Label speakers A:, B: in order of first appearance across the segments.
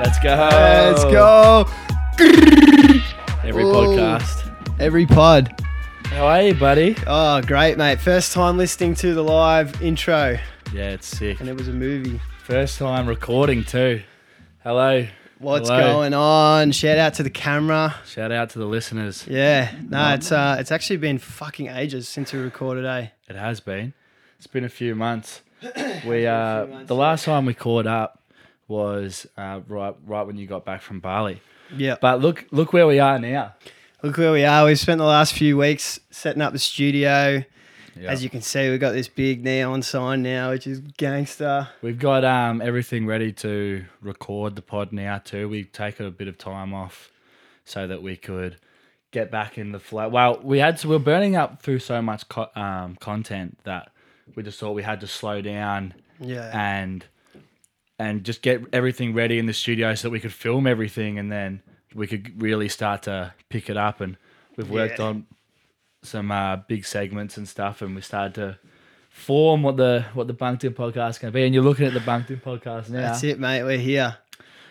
A: Let's go.
B: Let's go.
A: Oh. Every
B: Ooh.
A: podcast.
B: Every pod.
A: How are you, buddy?
B: Oh, great, mate. First time listening to the live intro,
A: Yeah, it's sick.
B: and it was a movie.
A: First time recording too. Hello.
B: What's
A: Hello.
B: going on? Shout out to the camera.
A: Shout out to the listeners.
B: Yeah, no, it's uh, it's actually been fucking ages since we recorded, eh?
A: It has been. It's been a few months. We uh, the last time we caught up was uh, right right when you got back from Bali.
B: Yeah.
A: But look look where we are now.
B: Look where we are. We've spent the last few weeks setting up the studio.
A: Yeah.
B: As you can see, we've got this big neon sign now, which is gangster.
A: We've got um, everything ready to record the pod now too. We've taken a bit of time off so that we could get back in the flow. Well, we had to, we are burning up through so much co- um, content that we just thought we had to slow down
B: Yeah.
A: and and just get everything ready in the studio so that we could film everything and then we could really start to pick it up. And we've worked
B: Yeah.
A: on some uh, big segments and stuff, and we started to form what the what the Bunked In podcast is going to be. And you're looking at the Bunked In podcast now.
B: That's it, mate. We're here.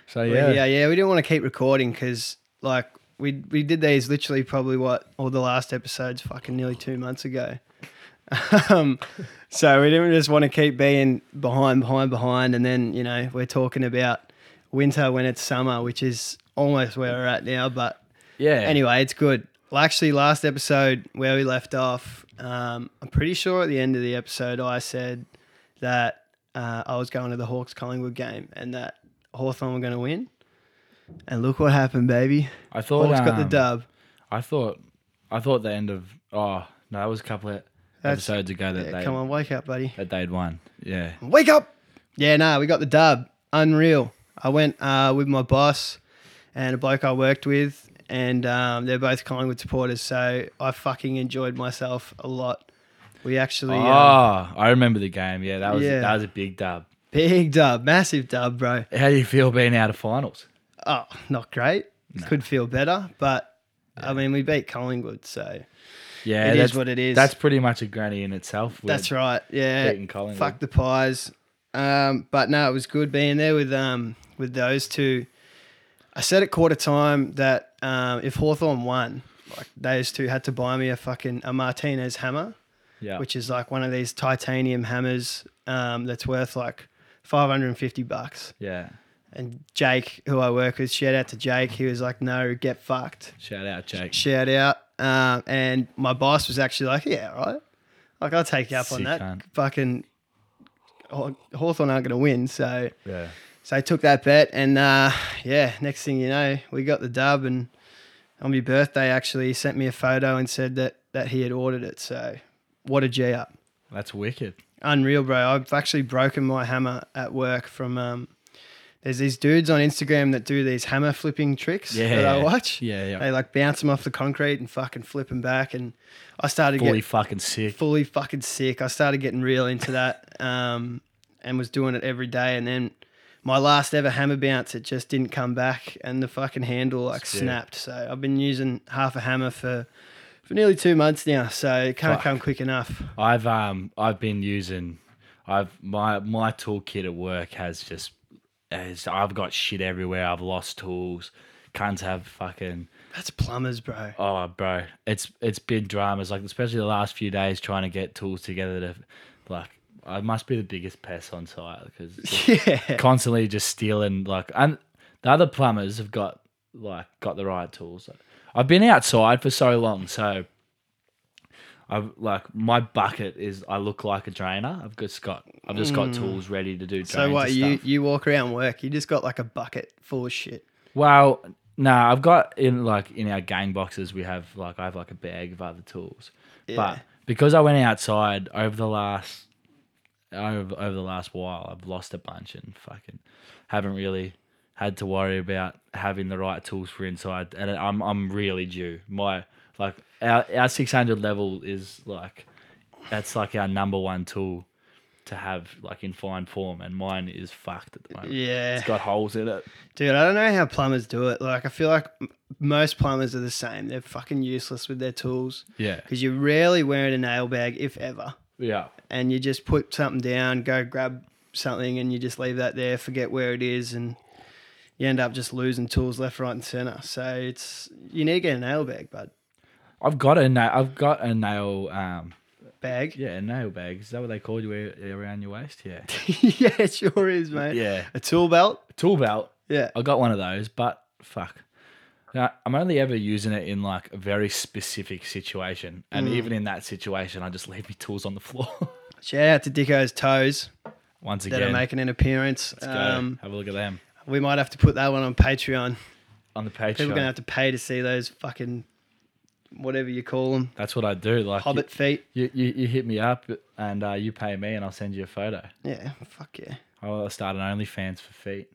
A: So
B: Yeah,
A: yeah,
B: yeah, yeah. We didn't want to keep recording because, like, we we did these literally probably what all the last episodes fucking nearly two months ago. um, so we didn't just want to keep being behind, behind, behind, and then you know we're talking about winter when it's summer, which is almost where we're at now. But
A: yeah.
B: anyway, it's good. Well, actually, last episode where we left off, um, I'm pretty sure at the end of the episode I said that uh, I was going to the Hawks Collingwood game and that Hawthorn were going to win. And look what happened, baby.
A: I thought
B: Hawks got the
A: um,
B: dub.
A: I thought I thought the end of oh no, that was a couple of
B: That's-
A: episodes ago that
B: Yeah,
A: they
B: come on, wake up, buddy.
A: that they'd won. Yeah,
B: Wake up. Yeah, nah, we got the dub. Unreal. I went uh, with my boss and a bloke I worked with, and um, they're both Collingwood supporters. So I fucking enjoyed myself a lot. We actually. um,
A: Ah, I remember the game. Yeah, that was
B: Yeah.
A: that was a big dub.
B: Big dub, massive dub, bro.
A: How do you feel being out of finals?
B: Oh, not great. Could feel better, but I mean, we beat Collingwood, so
A: Yeah,
B: It is
A: that's-
B: what it is.
A: That's pretty much a granny in itself. with-
B: that's right. Yeah,
A: beating Collingwood.
B: fuck the pies. Um, but no, it was good being there with um with those two. I said at quarter time that um, if Hawthorn won, like those two had to buy me a fucking a Martinez hammer.
A: yeah,
B: which is like one of these titanium hammers um, that's worth like 550 bucks.
A: yeah.
B: And Jake, who I work with, shout out to Jake. He was like, "No, get fucked."
A: Shout out, Jake.
B: Shout out. Um, and my boss was actually like, "Yeah, all right. Like I'll take you up on
A: Sick
B: that.
A: cunt.
B: Fucking Haw- Hawthorn aren't going to win." So,
A: Yeah,
B: so I took that bet, and uh, yeah, next thing you know, we got the dub. And on my birthday, actually, he sent me a photo and said that that he had ordered it. So, what a G up.
A: that's wicked.
B: Unreal, bro. I've actually broken my hammer at work from. Um, there's these dudes on Instagram that do these hammer flipping tricks that I
A: Yeah.
B: watch.
A: Yeah, yeah.
B: They like bounce them off the concrete and fucking flip them back. And I started
A: Fully
B: getting
A: fucking sick.
B: fully fucking sick. I started getting real into that um, and was doing it every day. And then my last ever hammer bounce, it just didn't come back and the fucking handle like
A: Yeah.
B: snapped. So I've been using half a hammer for, for nearly two months now. So it can't
A: Fuck.
B: come quick enough.
A: I've um I've been using, I've my my toolkit at work has just, has, I've got shit everywhere. I've lost tools. Cunts have fucking
B: That's plumbers, bro.
A: Oh, bro, it's it's been dramas. Like especially the last few days trying to get tools together to, like, I must be the biggest pest on site because
B: Yeah.
A: constantly just stealing. Like, and the other plumbers have got like got the right tools. I've been outside for so long, so I've like my bucket is I look like a drainer. I've just got I've just got tools ready to do. Drains
B: Mm. So what
A: and
B: you
A: stuff.
B: you walk around work, you just got like a bucket full of shit.
A: Well, no, I've got in like in our gang boxes we have like I have like a bag of other tools.
B: Yeah.
A: But because I went outside over the last over, over the last while, I've lost a bunch and fucking haven't really had to worry about having the right tools for inside. And I'm I'm really due. My like our our 600 level is like that's like our number one tool to have like in fine form, and mine is fucked at the moment.
B: Yeah.
A: It's got holes in it.
B: Dude, I don't know how plumbers do it. Like I feel like m- most plumbers are the same. They're fucking useless with their tools
A: Yeah.
B: cuz you're rarely wearing a nail bag if ever.
A: Yeah.
B: And you just put something down, go grab something and you just leave that there, forget where it is and you end up just losing tools left, right, and center. So it's you need to get a nail bag, bud.
A: I've got a nail. I've got a nail. Um,
B: Bag.
A: yeah, a nail bag. Is that what they call you a- around your waist? Yeah.
B: yeah, it sure is, mate.
A: Yeah.
B: A tool belt.
A: Tool belt.
B: Yeah.
A: I got one of those, but fuck. Now, I'm only ever using it in like a very specific situation, and
B: Hmm.
A: even in that situation, I just leave my tools on the floor.
B: Shout out to Dicko's toes
A: Once
B: that
A: again,
B: are making an appearance.
A: let's go.
B: Um,
A: have a look at them
B: we might have to put that one on Patreon.
A: on the page.
B: People are gonna have to pay to see those fucking whatever you call them,
A: That's what I do. Like
B: hobbit feet.
A: You, you, you hit me up and uh, you pay me, and I'll send you a photo.
B: Yeah, fuck yeah.
A: I'll start an OnlyFans for feet.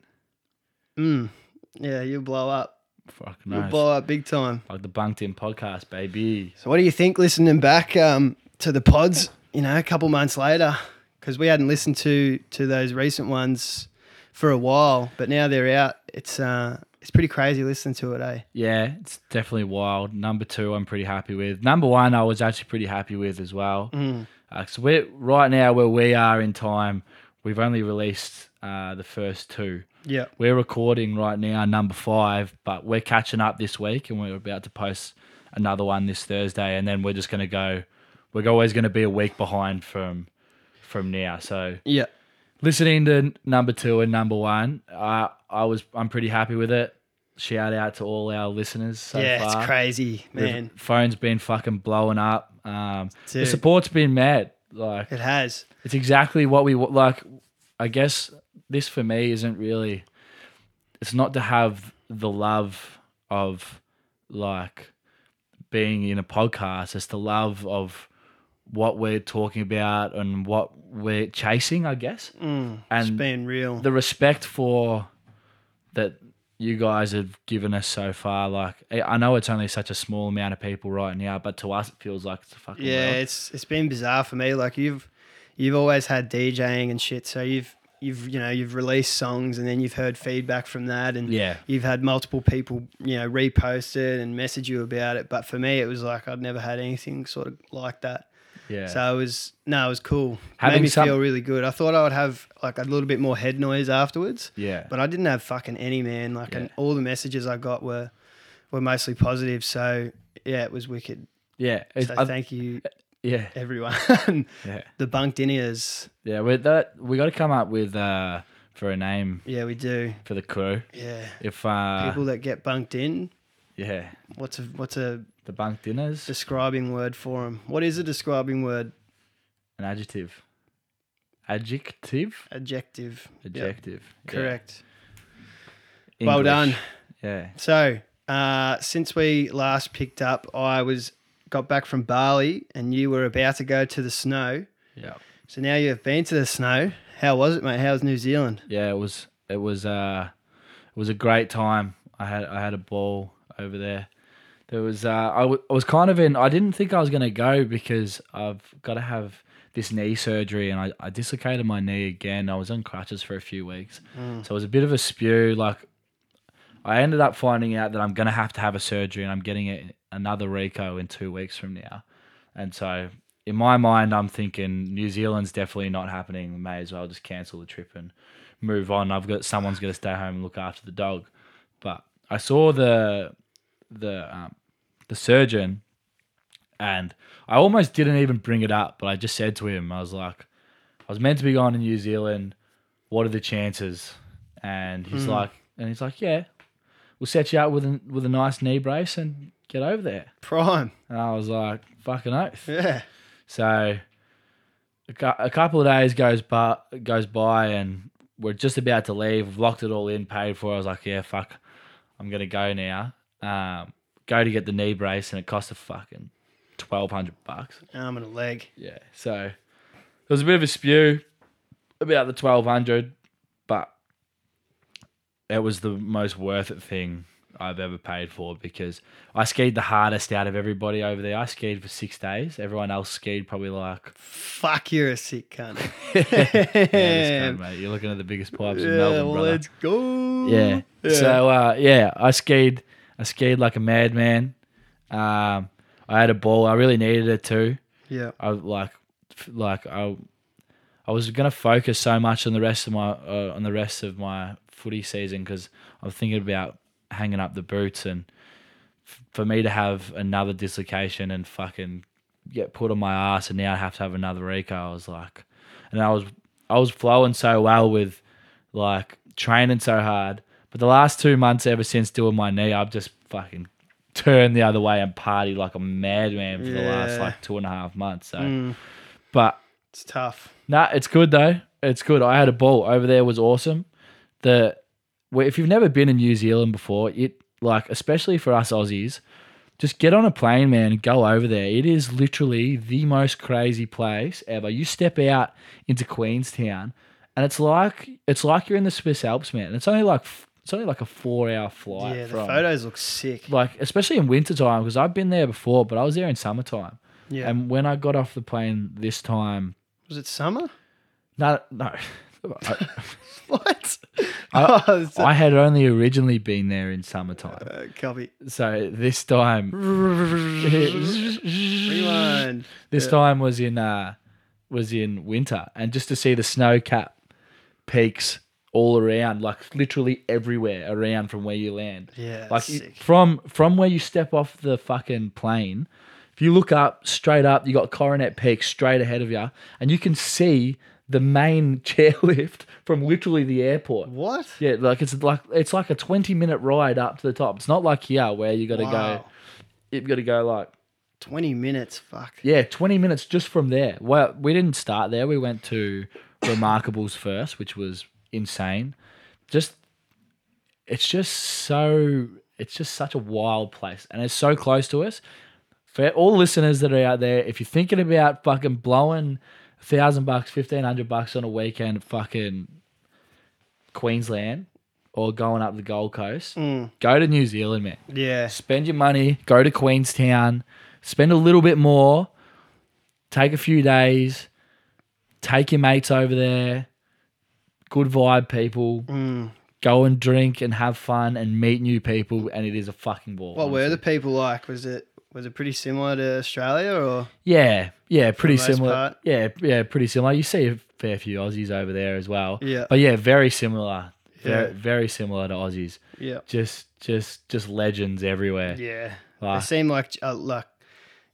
B: Mm. Yeah, you'll blow up.
A: Fuck
B: You'll
A: nice.
B: blow up big time.
A: Like the Bunked In podcast, baby.
B: So, what do you think listening back um, to the pods? You know, a couple months later, because we hadn't listened to to those recent ones for a while, but now they're out. It's uh, it's pretty crazy listening to it, eh?
A: Yeah, it's definitely wild. Number two, I'm pretty happy with. Number one, I was actually pretty happy with as well.
B: Mm.
A: Uh, so we're right now where we are in time. We've only released uh, the first two.
B: Yeah,
A: We're recording right now, number five, but we're catching up this week, and we're about to post another one this Thursday, and then we're just gonna go. We're always gonna be a week behind from from now. So
B: yeah,
A: listening to number two and number one, I I was I'm pretty happy with it. Shout out to all our listeners so
B: yeah.
A: far.
B: It's crazy,
A: We've-
B: man.
A: phone's been fucking blowing up. Um, the
B: Dude.
A: support's been mad. Like
B: It has.
A: it's exactly what we wa- like. I guess this for me isn't really. It's not to have the love of like being in a podcast. It's the love of what we're talking about and what we're chasing. I guess
B: Mm. It's
A: and
B: been real.
A: the respect for that you guys have given us so far. Like I I know it's only such a small amount of people right now, but to us it feels like it's a fucking
B: yeah,
A: world.
B: it's it's been bizarre for me. Like you've you've always had DJing and shit, so you've you've you know you've released songs and then you've heard feedback from that and
A: Yeah.
B: you've had multiple people you know repost it and message you about it. But for me, it was like I'd never had anything sort of like that.
A: yeah.
B: So it was no, it was cool.
A: Having
B: Made me
A: some-
B: feel really good. I thought I would have like a little bit more head noise afterwards.
A: Yeah.
B: But I didn't have fucking any man. Like
A: Yeah.
B: and all the messages I got were were mostly positive. So yeah, it was wicked.
A: yeah. It's-
B: So
A: I-
B: thank you
A: yeah.
B: everyone.
A: Yeah.
B: the bunked in ears.
A: Yeah. With that we gotta come up with uh for a name
B: Yeah, we do.
A: for the crew.
B: Yeah.
A: If uh
B: People that get bunked in,
A: yeah.
B: what's a what's a
A: The bunk dinners.
B: describing word for them? What is a describing word?
A: An adjective. Adjective?
B: Adjective. Yep,
A: Adjective. Yeah.
B: correct. Well
A: English.
B: done.
A: Yeah.
B: So, uh, since we last picked up, I was got back from Bali, and you were about to go to the snow.
A: Yeah.
B: So now you've been to the snow. How was it, mate? How's New Zealand?
A: yeah, it was it was uh it was a great time. I had I had a ball over there. There was uh I, w- I was kind of in I didn't think I was gonna go because I've got to have this knee surgery and I, I dislocated my knee again. I was on crutches for a few weeks, so it was a bit of a spew. Like I ended up finding out that I'm gonna have to have a surgery and I'm getting it another Rico in two weeks from now, and so. In my mind, I'm thinking New Zealand's definitely not happening. May as well just cancel the trip and move on. I've got someone's going to stay home and look after the dog. But I saw the the um, the surgeon, and I almost didn't even bring it up, but I just said to him, I was like, I was meant to be going to New Zealand. What are the chances? And he's like, and he's like, yeah, we'll set you up with a, with a nice knee brace and get over there.
B: Prime.
A: And I was like, fucking oath.
B: Yeah.
A: So a, cou- a couple of days goes by, goes by, and we're just about to leave. We've locked it all in, paid for. it. I was like, yeah, fuck, I'm gonna go now. Um, go to get the knee brace, and it cost a fucking twelve hundred bucks.
B: Arm and a leg.
A: Yeah. So there was a bit of a spew about the twelve hundred, but it was the most worth it thing I've ever paid for because I skied the hardest out of everybody over there. I skied for six days. Everyone else skied probably like
B: Fuck, you're a sick cunt.
A: yeah, this cunt, mate. You're looking at the biggest pipes in
B: Yeah,
A: Melbourne,
B: well,
A: brother.
B: let's go.
A: Yeah. So uh, yeah, I skied. I skied like a madman. Um, I had a ball. I really needed it too.
B: yeah.
A: I like, f- like I, I was gonna focus so much on the rest of my uh, on the rest of my footy season because I'm thinking about hanging up the boots and f- for me to have another dislocation and fucking get put on my ass and now I have to have another eco. I was like, and I was I was flowing so well with like training so hard, but the last two months ever since doing my knee, I've just fucking turned the other way and party like a madman for the last
B: Yeah.
A: like two and a half months. So, but
B: It's tough.
A: Nah, it's good though. It's good. I had a ball over there. Was awesome. The well, if you've never been in New Zealand before, it like especially for us Aussies, just get on a plane, man, and go over there. It is literally the most crazy place ever. You step out into Queenstown, and it's like it's like you're in the Swiss Alps, man. It's only like f- it's only like a four hour flight.
B: yeah, the
A: from,
B: photos look sick.
A: Like especially in wintertime because I've been there before, but I was there in summertime.
B: Yeah.
A: And when I got off the plane this time,
B: was it summer?
A: no, no. I,
B: What?
A: I-
B: oh, it's
A: I had only originally been there in summertime.
B: uh, copy.
A: So this time, this
B: Rewind.
A: time was in uh, was in winter, and just to see the snow cap peaks all around, like literally everywhere around from where you land.
B: Yeah,
A: like
B: sick.
A: you- from from where you step off the fucking plane if you look up straight up you got coronet peak straight ahead of you and you can see the main chairlift from literally the airport
B: what?
A: yeah like it's like it's like a 20 minute ride up to the top it's not like here where you gotta
B: Wow.
A: go you've gotta go like
B: 20 minutes. Fuck.
A: yeah 20 minutes just from there well we didn't start there we went to remarkables first which was insane just it's just so it's just such a wild place and it's so close to us for all listeners that are out there if you're thinking about fucking blowing a thousand bucks 1500 bucks on a weekend at fucking queensland or going up the gold coast go to new zealand man
B: Hmm. Yeah.
A: spend your money, go to Queenstown, spend a little bit more, take a few days, take your mates over there, good vibe people,
B: Hmm.
A: go and drink and have fun and meet new people, and it is a fucking ball.
B: What were
A: honestly.
B: the people like? Was it was it pretty similar to Australia or
A: Yeah, yeah, pretty
B: the most
A: similar.
B: part.
A: Yeah, yeah, pretty similar. You see a fair few Aussies over there as well.
B: Yeah.
A: but yeah, very similar. Very,
B: Yeah.
A: very similar to Aussies.
B: yeah?
A: Just, just, just legends everywhere.
B: Yeah.
A: Like-
B: They seem like uh, like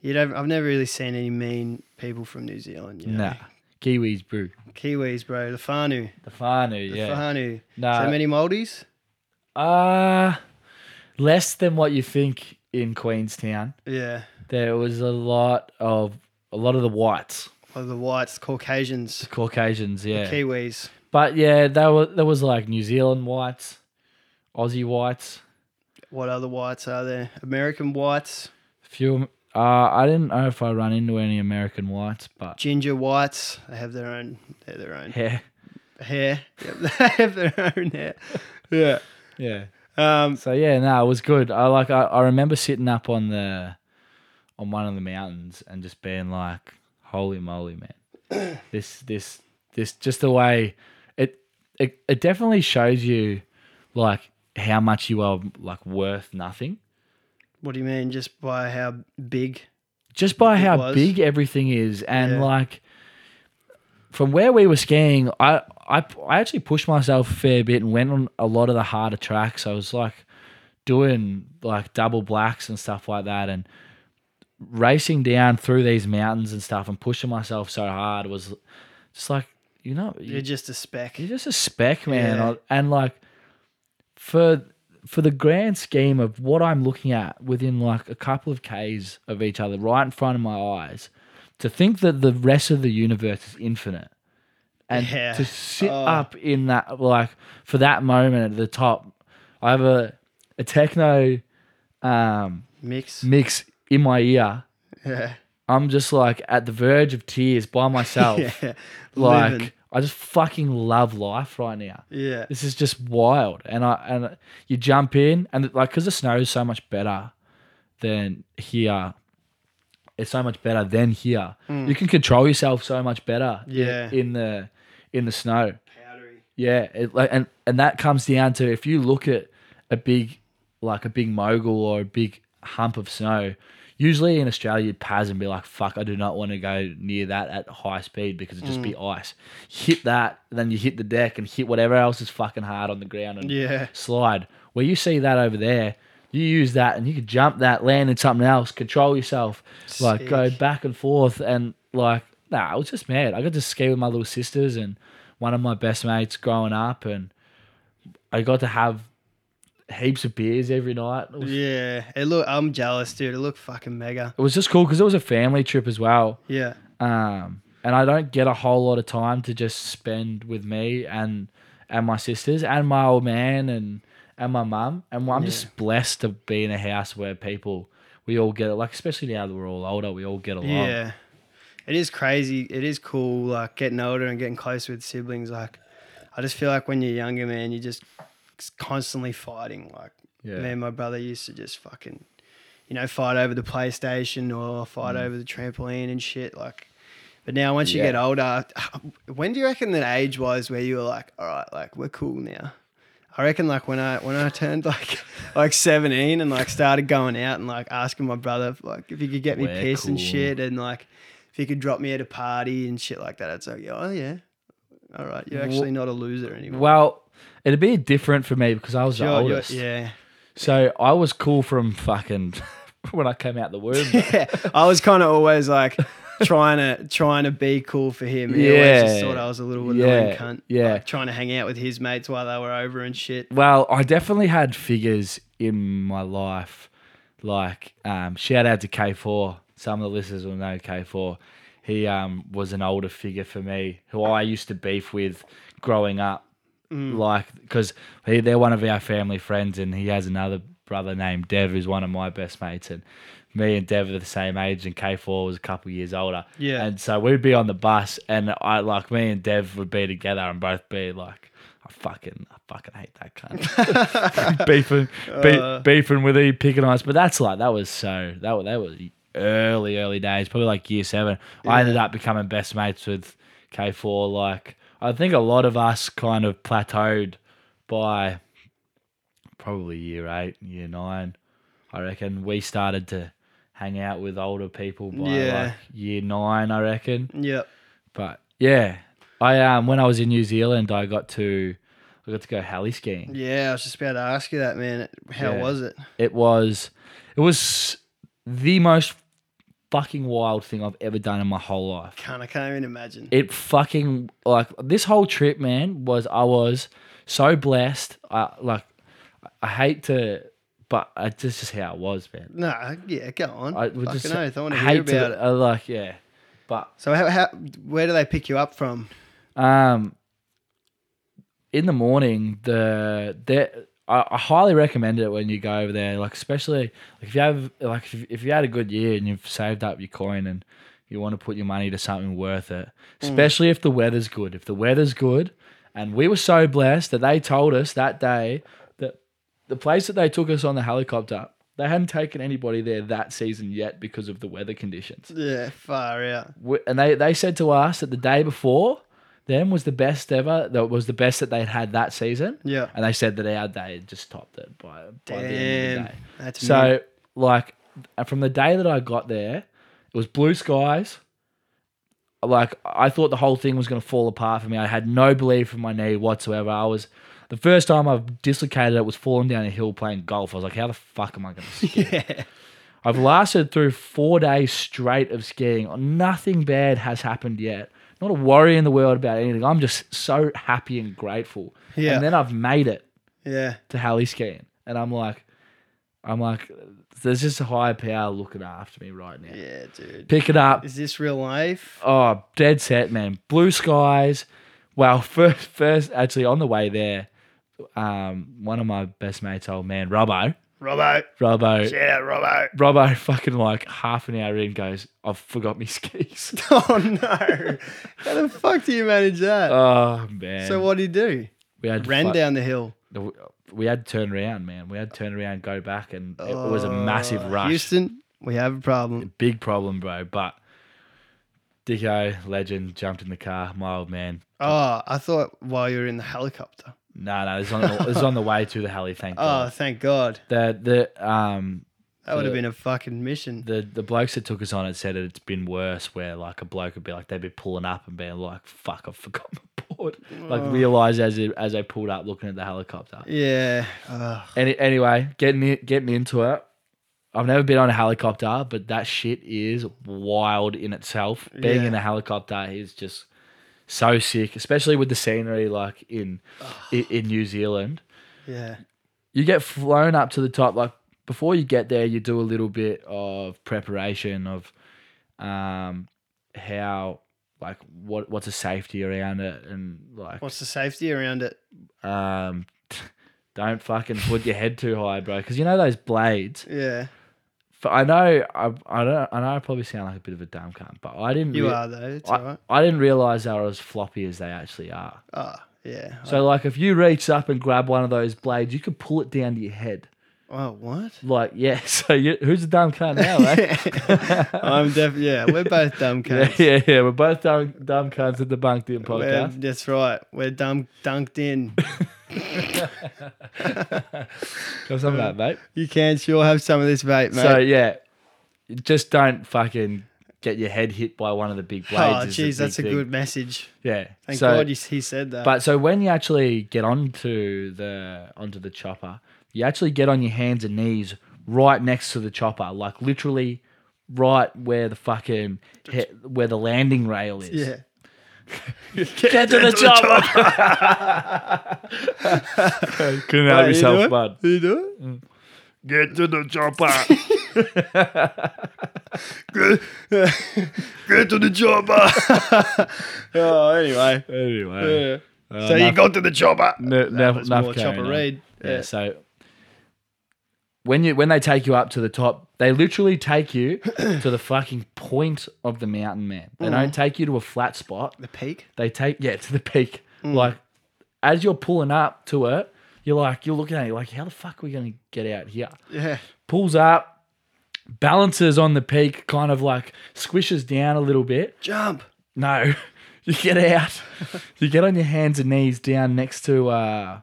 B: you know I've never really seen any mean people from New Zealand. You know?
A: Nah, Kiwis, bro.
B: Kiwis, bro. The Fanu.
A: The Fanu,
B: The
A: yeah.
B: Fanu.
A: Nah.
B: So many Maldives?
A: Uh less than what you think in Queenstown.
B: Yeah.
A: There was a lot of a lot of the whites,
B: Or the whites, Caucasians,
A: Caucasians, yeah.
B: Kiwis.
A: But yeah, there were there was like New Zealand whites, Aussie whites,
B: What other whites are there? American whites,
A: a few uh I didn't know if I run into any American whites, but
B: ginger whites. They have their own they're their own
A: yeah.
B: hair. Yep, they have their own hair. Yeah.
A: Yeah.
B: Um
A: So yeah, no, it was good. I like I, I remember sitting up on the on one of the mountains and just being like, "Holy moly, man! this this this just the way it it it definitely shows you like how much you are like worth nothing
B: what do you mean just by how big?
A: just by how
B: was.
A: big everything is and
B: Yeah.
A: like from where we were skiing I, I i actually pushed myself a fair bit and went on a lot of the harder tracks i was like doing like double blacks and stuff like that and racing down through these mountains and stuff and pushing myself so hard was just like you know
B: You're just a speck.
A: you're just a spec man,
B: Yeah.
A: and like for for the grand scheme of what I'm looking at within like a couple of k's of each other, right in front of my eyes, to think that the rest of the universe is infinite, and
B: Yeah.
A: to sit
B: Oh.
A: up in that like for that moment at the top, I have a a techno um,
B: Mix.
A: mix in my ear.
B: Yeah.
A: I'm just like at the verge of tears by myself.
B: Yeah.
A: Like
B: Living.
A: I just fucking love life right now
B: Yeah.
A: this is just wild and i and you jump in and like because the snow is so much better than here it's so much better than here you can control yourself so much better i-
B: Mm. Yeah.
A: in the in the snow
B: Powdery.
A: yeah it, like and and that comes down to if you look at a big like a big mogul or a big hump of snow Usually in Australia, you'd paz and be like, fuck, I do not want to go near that at high speed because it'd just be ice. Hit that, then you hit the deck and hit whatever else is fucking hard on the ground and
B: Yeah.
A: slide. Where you see that over there, you use that and you could jump that, land in something else, control yourself, like go
B: Sick.
A: back and forth. And like, nah, I was just mad. I got to ski with my little sisters and one of my best mates growing up, and I got to have heaps of beers every night. It was,
B: Yeah. It look I'm jealous, dude. It looked fucking mega.
A: it was just cool because it was a family trip as well.
B: Yeah.
A: Um, and I don't get a whole lot of time to just spend with me and and my sisters and my old man and and my mum. And I'm just blessed to be in a house where people we all get it. Like especially now that we're all older, we all get along.
B: Yeah. It is crazy. It is cool, like getting older and getting closer with siblings. Like, I just feel like when you're younger, man, you're just constantly fighting. Like,
A: Yeah.
B: me and my brother used to just fucking, you know, fight over the PlayStation or fight over the trampoline and shit. Like, but now once you
A: Yeah.
B: get older, when do you reckon that age was where you were like, all right, like we're cool now? I reckon like when I when I turned like like seventeen and like started going out and like asking my brother like if he could get me
A: We're
B: pissed and
A: cool.
B: shit and like if he could drop me at a party and shit like that, it's like oh yeah, all right, you're actually not a loser anymore.
A: Well, it'd be different for me because I was the
B: You're- you're-
A: oldest.
B: yeah,
A: So I was cool from fucking when I came out the womb.
B: yeah. I was kind of always like trying to trying to be cool for him. He always just
A: Yeah.
B: thought I was a little annoying
A: Yeah,
B: cunt.
A: yeah.
B: like, trying to hang out with his mates while they were over and shit.
A: Well, I definitely had figures in my life. Like, um, shout out to K4. Some of the listeners will know K4. He um, was an older figure for me who I used to beef with growing up. Like, because they're one of our family friends, and he has another brother named Dev, who's one of my best mates. And me and Dev are the same age, and K4 was a couple years older.
B: Yeah.
A: And so we'd be on the bus, and I like me and Dev would be together, and both be like, "I fucking, I fucking hate that cunt." beefing, be, beefing with E, picking us. But that's like that was so that was that was early, early days, probably like year seven. I ended up becoming best mates with K four. Like I think a lot of us kind of plateaued by probably year eight, year nine. I reckon we started to hang out with older people by
B: Yeah.
A: like year nine. I reckon.
B: Yep.
A: But yeah, I um when I was in New Zealand, I got to I got to go heli skiing.
B: Yeah, I was just about to ask you that, man. How
A: Yeah.
B: was it?
A: It was it was the most fucking wild thing I've ever done in my whole life.
B: Can't I can't even imagine.
A: It fucking like this whole trip, man. Was I was so blessed. I like I hate to, but I, this is how it was, man.
B: No, yeah, go on.
A: I
B: I
A: would
B: Fucking
A: just
B: oath, I want to
A: hate
B: hear about
A: to,
B: it.
A: I, like yeah, but
B: So, how, how, where do they pick you up from?
A: Um, in the morning, the there. I I highly recommend it when you go over there, like especially like if you have like if, if you had a good year and you've saved up your coin and you want to put your money to something worth it, especially if the weather's good. If the weather's good, and we were so blessed that they told us that day that the place that they took us on the helicopter, they hadn't taken anybody there that season yet because of the weather conditions
B: Yeah, far out.
A: we- and they, they said to us that the day before them was the best ever that was the best that they'd had that season
B: Yeah.
A: and they said that our day had just topped it by, by the end of
B: Damn.
A: the day
B: That's
A: so
B: mint.
A: like from the day that i got there it was blue skies like i thought the whole thing was going to fall apart for me i had no belief in my knee whatsoever i was the first time i've dislocated it was falling down a hill playing golf i was like how the fuck am i going to
B: Yeah.
A: I've lasted through four days straight of skiing. Nothing bad has happened yet. Not a worry in the world about anything. I'm just so happy and grateful.
B: Yeah.
A: And then I've made it
B: Yeah.
A: to Halley skiing. And I'm like, I'm like, there's just a higher power looking after me right now.
B: Yeah, dude.
A: Pick it up.
B: Is this real life?
A: Oh, dead set, man. Blue skies. Well, first, first, actually, on the way there, um, one of my best mates, old man, Robbo,
B: Robbo.
A: Robbo,
B: Yeah, Robbo.
A: Robbo fucking like half an hour in goes, I've forgot my skis.
B: Oh, no. How the fuck do you manage that?
A: oh man.
B: so, what do you do?
A: we had to
B: Ran
A: fu-
B: down the hill.
A: we had to turn around, man. We had to turn around, go back, and it was a massive
B: Uh,
A: rush.
B: Houston, we have a problem.
A: Big problem, bro. But Dicko, legend, jumped in the car, my old man.
B: Oh, I thought while you were in the helicopter.
A: No, no, this is on the, this is on the way to the heli, thank
B: Oh,
A: God.
B: thank God.
A: The the um
B: Oh, That would have
A: Yeah.
B: been a fucking mission.
A: the the blokes that took us on had said it, it's been worse where like a bloke would be like they'd be pulling up and being like fuck I forgot my board like realize as it, as they pulled up looking at the helicopter
B: Yeah. Ugh.
A: Any, anyway getting in, getting into it I've never been on a helicopter but that shit is wild in itself being in
B: Yeah.
A: a helicopter is just so sick especially with the scenery like in in, in New Zealand
B: yeah.
A: you get flown up to the top like before you get there you do a little bit of preparation of um how like what what's a safety around it and like
B: What's the safety around it?
A: um don't fucking put your head too high bro because you know those blades
B: Yeah.
A: F- i know I, I don't i know i probably sound like a bit of a dumb cunt but i didn't
B: You
A: rea-
B: are though. It's
A: I,
B: alright.
A: I didn't realize they were as floppy as they actually are
B: Oh, yeah.
A: so like if you reach up and grab one of those blades you could pull it down to your head
B: oh, what?
A: Like, yeah, so you, who's the dumb cunt now, eh?
B: I'm def. Yeah, we're both dumb
A: yeah,
B: cunts.
A: yeah, yeah, we're both dumb, dumb cunts at the Bunked In
B: We're-
A: podcast.
B: that's right. We're dumb dunked in.
A: Got some of that, mate.
B: You can sure have some of this bait, mate.
A: So, yeah, just don't fucking get your head hit by one of the big blades.
B: oh,
A: is the
B: jeez, that's a
A: big
B: good
A: thing.
B: message.
A: Yeah.
B: Thank
A: so,
B: God he, he said that.
A: But so when you actually get onto the onto the chopper, you actually get on your hands and knees right next to the chopper, like literally right where the fucking he, where the landing rail is.
B: yeah.
A: Get, to the chopper. Couldn't
B: Wait,
A: help
B: you do
A: yourself,
B: it?
A: bud.
B: You do
A: Get to the chopper.
B: it? Get to the chopper. oh, anyway.
A: anyway,
B: Yeah.
A: uh,
B: so you
A: enough-
B: got to the chopper.
A: no,
B: That
A: no,
B: was
A: enough
B: more
A: carrying
B: chopper
A: on.
B: read.
A: Yeah.
B: Yeah.
A: So when you when they take you up to the top, they literally take you to the fucking point of the mountain, man. They don't take you to a flat spot.
B: The peak.
A: They take yeah to the peak. Like as you're pulling up to it, you're like you're looking at it you're like how the fuck are we gonna get out here?
B: Yeah.
A: pulls up, balances on the peak, kind of like squishes down a little bit.
B: Jump.
A: No, you get out. you get on your hands and knees down next to uh,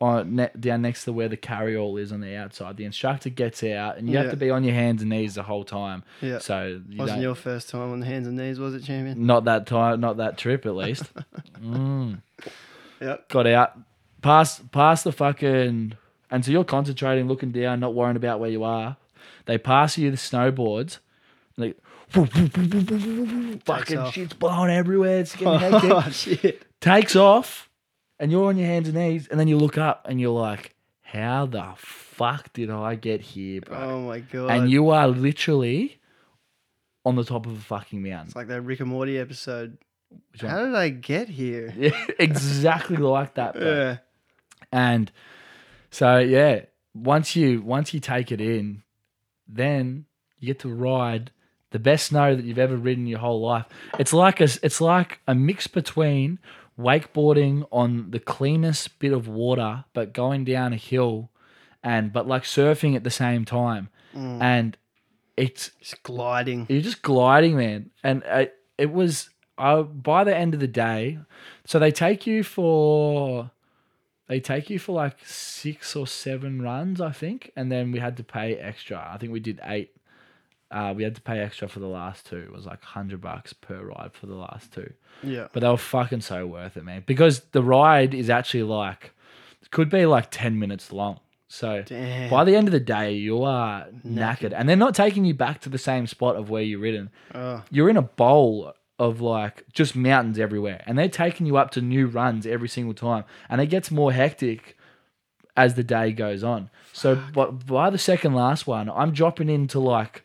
A: on ne- down next to where the carryall is on the outside. The instructor gets out, and you
B: Yeah.
A: have to be on your hands and knees the whole time.
B: Yeah.
A: So you
B: Wasn't
A: don't-
B: your first time on the hands and knees, was it, champion?
A: not that time, not that trip at least. Mm.
B: Yep.
A: Got out, past past the fucking, and so you're concentrating, looking down, not worrying about where you are. They pass you the snowboards, like fucking
B: off.
A: shit's blowing everywhere. It's getting hectic.
B: Oh shit.
A: Takes off, and you're on your hands and knees, and then you look up and you're like, "How the fuck did I get here, bro?"
B: Oh my god.
A: and you are literally on the top of a fucking mountain.
B: It's like that Rick and Morty episode.
A: Which one?
B: How did I get here?
A: Yeah, exactly like that, bro.
B: Yeah.
A: And so yeah, once you once you take it in, then you get to ride the best snow that you've ever ridden your whole life. It's like a it's like a mix between wakeboarding on the cleanest bit of water, but going down a hill, and but like surfing at the same time, and it's
B: Just gliding.
A: you're just gliding, man. And I, it was I, by the end of the day. So they take you for they take you for like six or seven runs, I think, and then we had to pay extra. I think we did eight. Uh, we had to pay extra for the last two. It was like hundred bucks per ride for the last two,
B: Yeah.
A: but they were fucking so worth it, man. Because the ride is actually like could be like ten minutes long. So
B: Damn.
A: by the end of the day, you are knackered, and they're not taking you back to the same spot of where you're ridden.
B: Oh,
A: You're in a bowl of like just mountains everywhere, and they're taking you up to new runs every single time, and it gets more hectic as the day goes on. So, but by the second last one, I'm dropping into like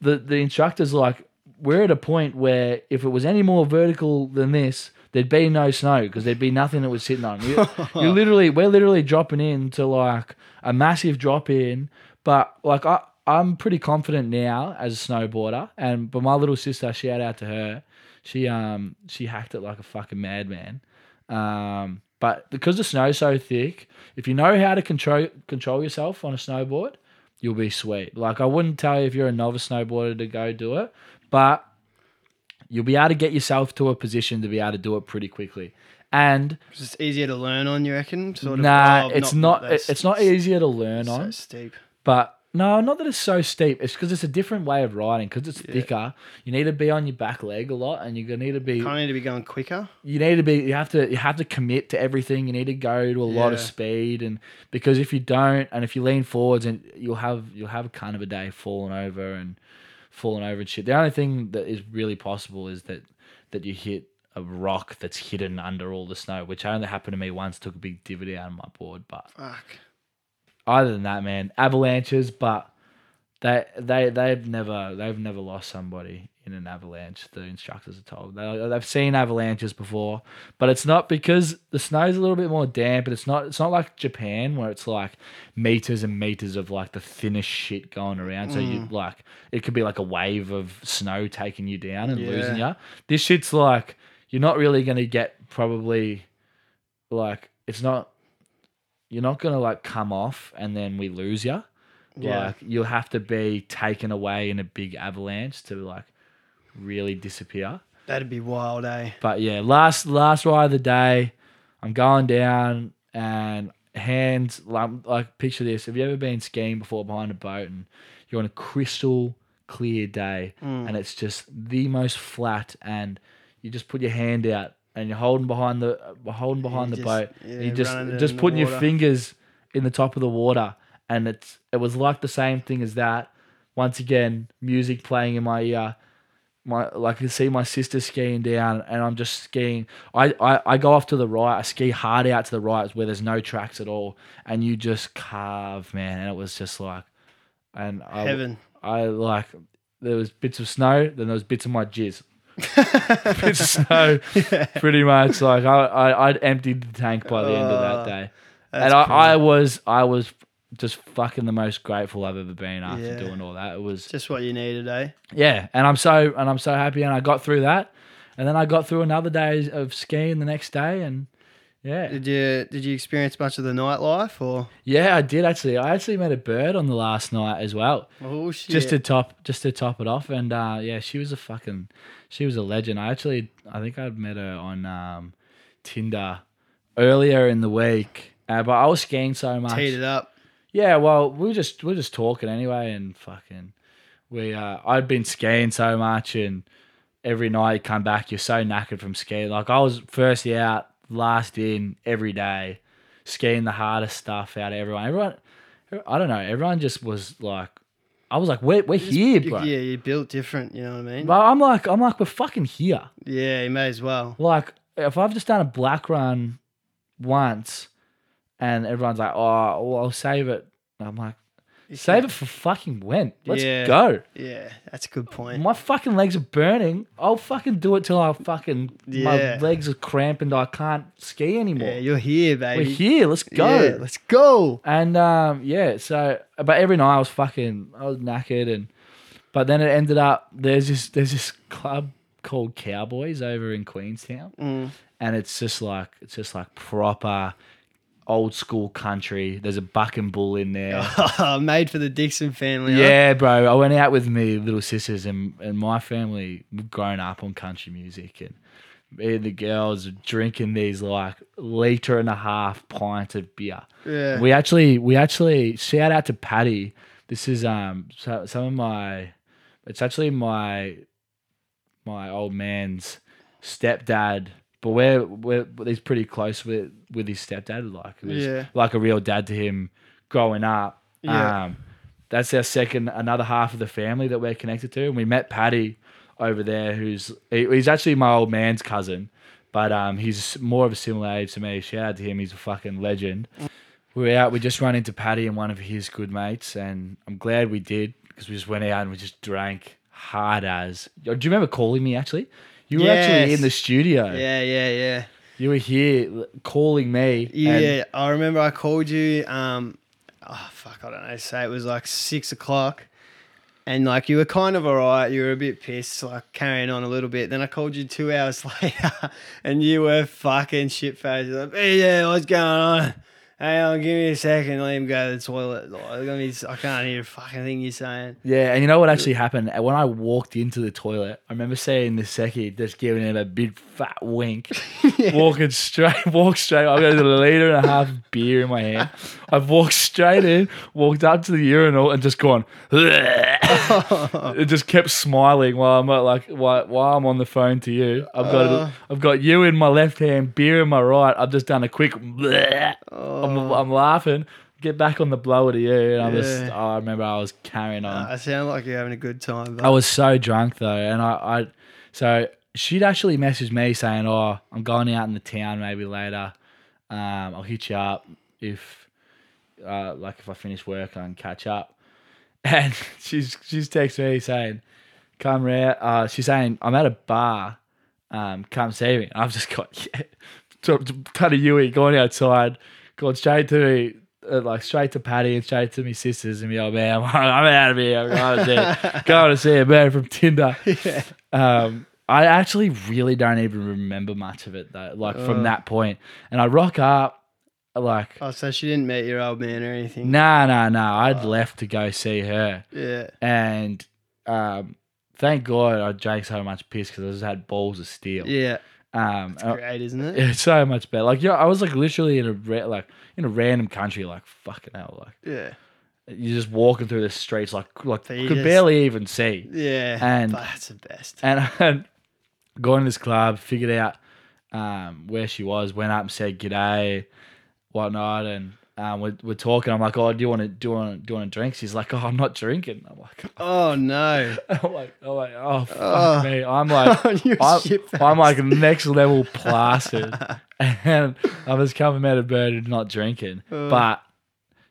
A: the the instructor's like, we're at a point where if it was any more vertical than this, there'd be no snow because there'd be nothing that was sitting on. You, you literally, we're literally dropping into like a massive drop in, but like I. I'm pretty confident now as a snowboarder, and but my little sister, shout out to her, she um she hacked it like a fucking madman. Um, but because the snow's so thick, if you know how to control control yourself on a snowboard, you'll be sweet. Like I wouldn't tell you if you're a novice snowboarder to go do it, but you'll be able to get yourself to a position to be able to do it pretty quickly. And
B: 'cause it's easier to learn on, you reckon? Sort of.
A: nah,
B: oh,
A: it's not,
B: that's
A: it's not easier to learn
B: so
A: on,
B: steep.
A: but No, not that it's so steep. It's because it's a different way of riding. Because it's thicker, you need to be on your back leg a lot, and you're gonna need to be.
B: Kind of need to be going quicker.
A: You need to be. You have to. You have to commit to everything. You need to go to a lot of
B: Yeah.
A: speed, and because if you don't, and if you lean forwards, and you'll have you'll have kind of a day falling over and falling over and shit. The only thing that is really possible is that that you hit a rock that's hidden under all the snow, which only happened to me once. Took a big divot out of my board, but
B: Fuck.
A: other than that, man, avalanches, but they they they've never they've never lost somebody in an avalanche. The instructors are told they, they've seen avalanches before, but it's not because the snow's a little bit more damp. And it's not it's not like Japan where it's like meters and meters of like the thinnest shit going around. So you like it could be like a wave of snow taking you down and losing
B: Yeah.
A: you. This shit's like you're not really gonna get probably like it's not you're not gonna like come off and then we lose you.
B: Yeah.
A: Like you'll have to be taken away in a big avalanche to like really disappear.
B: That'd be wild, eh?
A: But yeah, last last ride of the day, I'm going down and hands like, like picture this. Have you ever been skiing before behind a boat and you're on a crystal clear day and
B: Mm.
A: it's just the most flat and you just put your hand out and you're holding behind the uh, holding behind the
B: just-
A: boat.
B: yeah,
A: and you just
B: running it
A: just
B: in the
A: putting your
B: water.
A: fingers in the top of the water and it's it was like the same thing as that. Once again, music playing in my ear my like you see my sister skiing down and I'm just skiing. I, I, I go off to the right, I ski hard out to the right where there's no tracks at all and you just carve, man. And it was just like and I
B: Heaven.
A: I like there was bits of snow, then there was bits of my jizz. bits of snow, pretty much. Like I, I, I'd emptied the tank by the end of that
B: Oh,
A: day,
B: that's
A: and I,
B: cool.
A: I was, I was just fucking the most grateful I've ever been after
B: Yeah.
A: doing all that. It was,
B: Just what you needed, eh?
A: yeah, and I'm so, and I'm so happy, and I got through that, and then I got through another day of skiing the next day, and yeah,
B: Did you did you experience much of the nightlife or
A: yeah, I did actually. I actually met a bird on the last night as well.
B: oh shit?
A: just to top just to top it off and uh yeah she was a fucking she was a legend i actually i think i'd met her on um tinder earlier in the week uh, but i was skiing so much
B: teed it up.
A: yeah well we were just we were just talking anyway and fucking we uh i'd been skiing so much and every night you come back you're so knackered from skiing like i was first out last in every day skiing the hardest stuff out of everyone everyone i don't know everyone just was like I was like, we're, we're here,
B: You-
A: bro.
B: yeah, you built different. You know what I mean?
A: But I'm like, I'm like, we're fucking here.
B: yeah, you may as well.
A: Like, if I've just done a black run once, and everyone's like, oh, well, I'll save it. I'm like, save it for fucking when? Let's
B: Yeah.
A: go.
B: Yeah, that's a good point.
A: My fucking legs are burning. I'll fucking do it till I fucking my
B: Yeah.
A: legs are cramping. I can't ski anymore.
B: Yeah, you're here,
A: we're
B: baby.
A: here. Let's go.
B: Yeah, let's go.
A: And um, yeah, so but every night I was fucking I was knackered and but then it ended up there's this there's this club called Cowboys over in Queenstown
B: Mm.
A: and it's just like it's just like proper old school country. There's a buck and bull in there.
B: Oh. Made for the Dixon family. huh?
A: Yeah, bro. I went out with me little sisters and and my family we've grown up on country music and me and the girls are drinking these like liter and a half pint of beer.
B: Yeah.
A: We actually we actually shout out to Patty. This is um so, some of my it's actually my my old man's stepdad, but we're we're he's pretty close with with his stepdad like he was
B: Yeah.
A: like a real dad to him growing up.
B: Yeah.
A: Um that's our second another half of the family that we're connected to and we met Patty over there who's he- he's actually my old man's cousin. But um, he's more of a similar age to me. Shout out to him; he's a fucking legend. We were out. We just ran into Paddy and one of his good mates, and I'm glad we did because we just went out and we just drank hard as. Yo, Do you remember calling me actually? You were actually
B: Yes.
A: in the studio.
B: yeah, yeah, yeah.
A: You were here l- calling me.
B: Yeah,
A: and-
B: I remember I called you. Um, oh fuck, I don't know. Say it was like six o'clock, and like you were kind of alright. You were a bit pissed, like carrying on a little bit. Then I called you two hours later, and you were fucking shit faced. Like, hey, yeah, what's going on? Hang on, give me a second. Let him go to the toilet. Like, I'm gonna be- I can't hear a fucking thing you're saying.
A: Yeah, and you know what actually happened? Uh, When I walked into the toilet, I remember seeing the Seki just giving him a big fat wink, walking straight, walk straight. I've got a liter and a half of beer in my hand. I've walked straight in, walked up to the urinal, and just gone. it just kept smiling while I'm at, like while, while I'm on the phone to you. I've got
B: Uh.
A: I've got you in my left hand, beer in my right. I've just done a quick. I'm, I'm laughing. Get back on the blower to you, and I'm just.
B: Oh.
A: oh,
B: Yeah.
A: I remember I was carrying on.
B: I sound like you're having a good time. But
A: I was so drunk though, and I, I so she'd actually messaged me saying, "Oh, I'm going out in the town maybe later. Um, I'll hit you up if, uh, like if I finish work and I can catch up." And she's she's texted me saying, "Come round." Uh, she's saying, "I'm at a bar. Um, come see me." And I've just got yeah, to, to, cut a Yui going outside, going straight to me. Uh, like straight to Patty and straight to my sisters and me old man. I'm, out of here. I'm going to see, going to see a man from Tinder. Um, I actually really don't even remember much of it though. Like
B: Uh.
A: from that point, and I rock up like
B: oh, so she didn't meet your old man or anything.
A: nah, nah, nah. I'd left to go see her,
B: Yeah.
A: and um, thank God I drank so much piss because I just had balls of steel.
B: Yeah.
A: Um, uh,
B: Great, isn't it?
A: it's so much better. Like, yeah, I was like literally in a ra- like in a random country, like fucking hell, like
B: Yeah.
A: you're just walking through the streets, like like
B: Fetus.
A: could barely even see.
B: Yeah.
A: And-
B: but that's the best.
A: And I had gone to this club, figured out um, where she was, went up and said g'day, whatnot, and um, we're, we're talking. I'm like, oh, do you want to do you want do you want a drink? She's like, oh, I'm not drinking. I'm like,
B: Oh no.
A: I'm like, I'm like oh fuck
B: Oh.
A: me. I'm like,
B: You're
A: I'm,
B: shitbag.
A: I'm like next level plastered, and I'm just coming out of bed and not drinking.
B: Uh.
A: But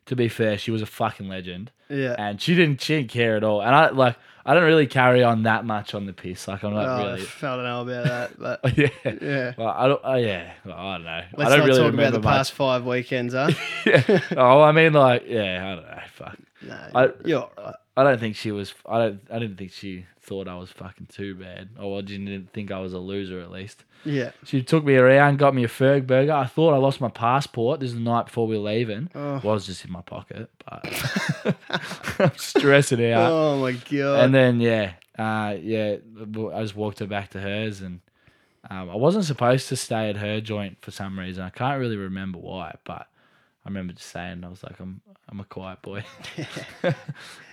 A: to be fair, she was a fucking legend
B: Yeah.
A: and she didn't she didn't care at all. And I like I don't really carry on that much on the piss. Like I'm not
B: Oh,
A: really.
B: I don't know about that, but
A: yeah.
B: yeah.
A: Well, I don't. Oh, yeah. Well, I don't know.
B: Let's
A: I don't
B: not
A: really
B: talk about
A: remember
B: the past five weekends, huh?
A: much. Yeah. Oh, I mean, like, yeah. I don't know. Fuck.
B: no,
A: I-
B: you're all right.
A: I don't think she was. I don't. I didn't think she thought I was fucking too bad. Or I didn't think I was a loser. At least
B: Yeah.
A: she took me around, got me a Ferg burger. I thought I lost my passport. This is the night before we were leaving. Well,
B: Oh.
A: it was just in my pocket, but I'm stressing out.
B: oh my god.
A: and then yeah, uh, yeah, w- I just walked her back to hers, and um, I wasn't supposed to stay at her joint for some reason. I can't really remember why, but I remember just saying I was like, I'm I'm a quiet boy,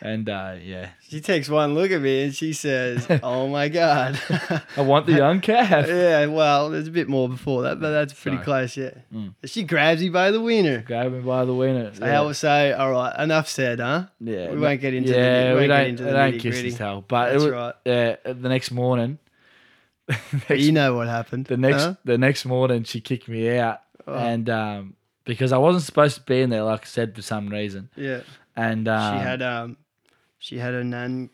A: and uh, yeah,
B: she takes one look at me and she says, "Oh my god."
A: I want the young calf.
B: yeah. Well, there's a bit more before that, but that's pretty
A: Sorry.
B: close. Yeah.
A: Mm.
B: She grabs you by the wiener.
A: Grab me by the wiener.
B: So how we say, all right, enough said, huh?
A: yeah,
B: we won't get into the-
A: yeah,
B: we
A: we
B: won't get
A: don't,
B: into
A: we
B: the
A: don't
B: nitty
A: kiss
B: gritty.
A: and tell. But it
B: That's
A: was,
B: right.
A: yeah, the next morning. the
B: But
A: next
B: you know what happened.
A: the next
B: huh?
A: the next morning she kicked me out
B: Oh.
A: and um because I wasn't supposed to be in there like I said for some reason
B: Yeah.
A: and um,
B: she had um, she had her nan's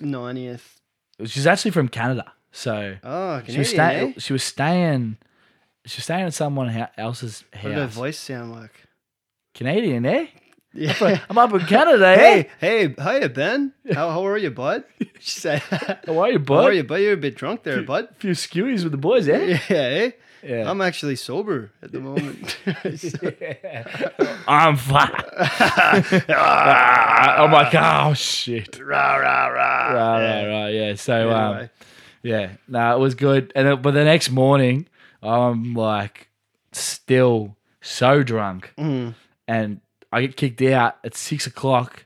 B: ninetieth.
A: she's actually from Canada so
B: Oh, Canadian.
A: she was
B: eh?
A: staying she was staying she was staying at someone hou- else's
B: What did her
A: house
B: voice sound like?
A: Canadian eh
B: Yeah.
A: I'm up in Canada eh
B: Hey, hey, hiya, Ben. How, how are you, bud? She said, How
A: how are you bud
B: are you, bud? You're a bit drunk there, bud.
A: a few skewies with the boys eh
B: Yeah, eh?
A: yeah
B: I'm actually sober at the moment. So-
A: I'm fine uh, I'm like oh shit
B: rah, rah, rah.
A: right
B: Yeah.
A: right right yeah so um
B: Oh, Anyway,
A: Yeah, no, it was good. And then- but the next morning, I'm like still so drunk,
B: Mm.
A: and I get kicked out at six o'clock,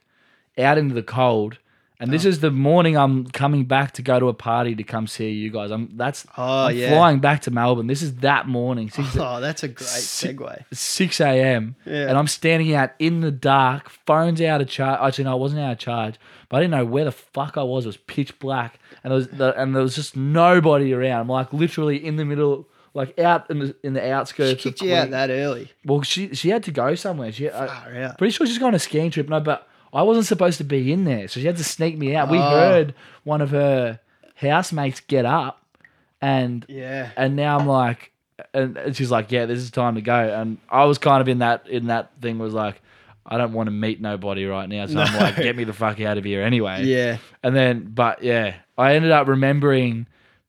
A: out into the cold. And
B: Oh.
A: this is the morning I'm coming back to go to a party to come see you guys. I'm that's
B: Oh,
A: I'm
B: yeah.
A: flying back to Melbourne. This is that morning, six
B: Oh, that's a great
A: Si-
B: segue.
A: six a.m.
B: Yeah.
A: And I'm standing out in the dark, phone's out of charge. Actually, no, I wasn't out of charge, but I didn't know where the fuck I was. It was pitch black, and there was the, and there was just nobody around. I'm like literally in the middle, like out in the in the outskirts.
B: She
A: of
B: kicked you out
A: Queen-
B: that early.
A: Well, she she had to go somewhere. She, I,
B: Far out.
A: pretty sure she's going on a skiing trip. No, but I wasn't supposed to be in there, so she had to sneak me out. We
B: Oh.
A: heard one of her housemates get up, and
B: Yeah.
A: and now I'm like, and and she's like, yeah, this is time to go. And I was kind of in that in that thing was like, I don't want to meet nobody right now. So I'm
B: No.
A: like, get me the fuck out of here anyway.
B: Yeah.
A: And then, but yeah, I ended up remembering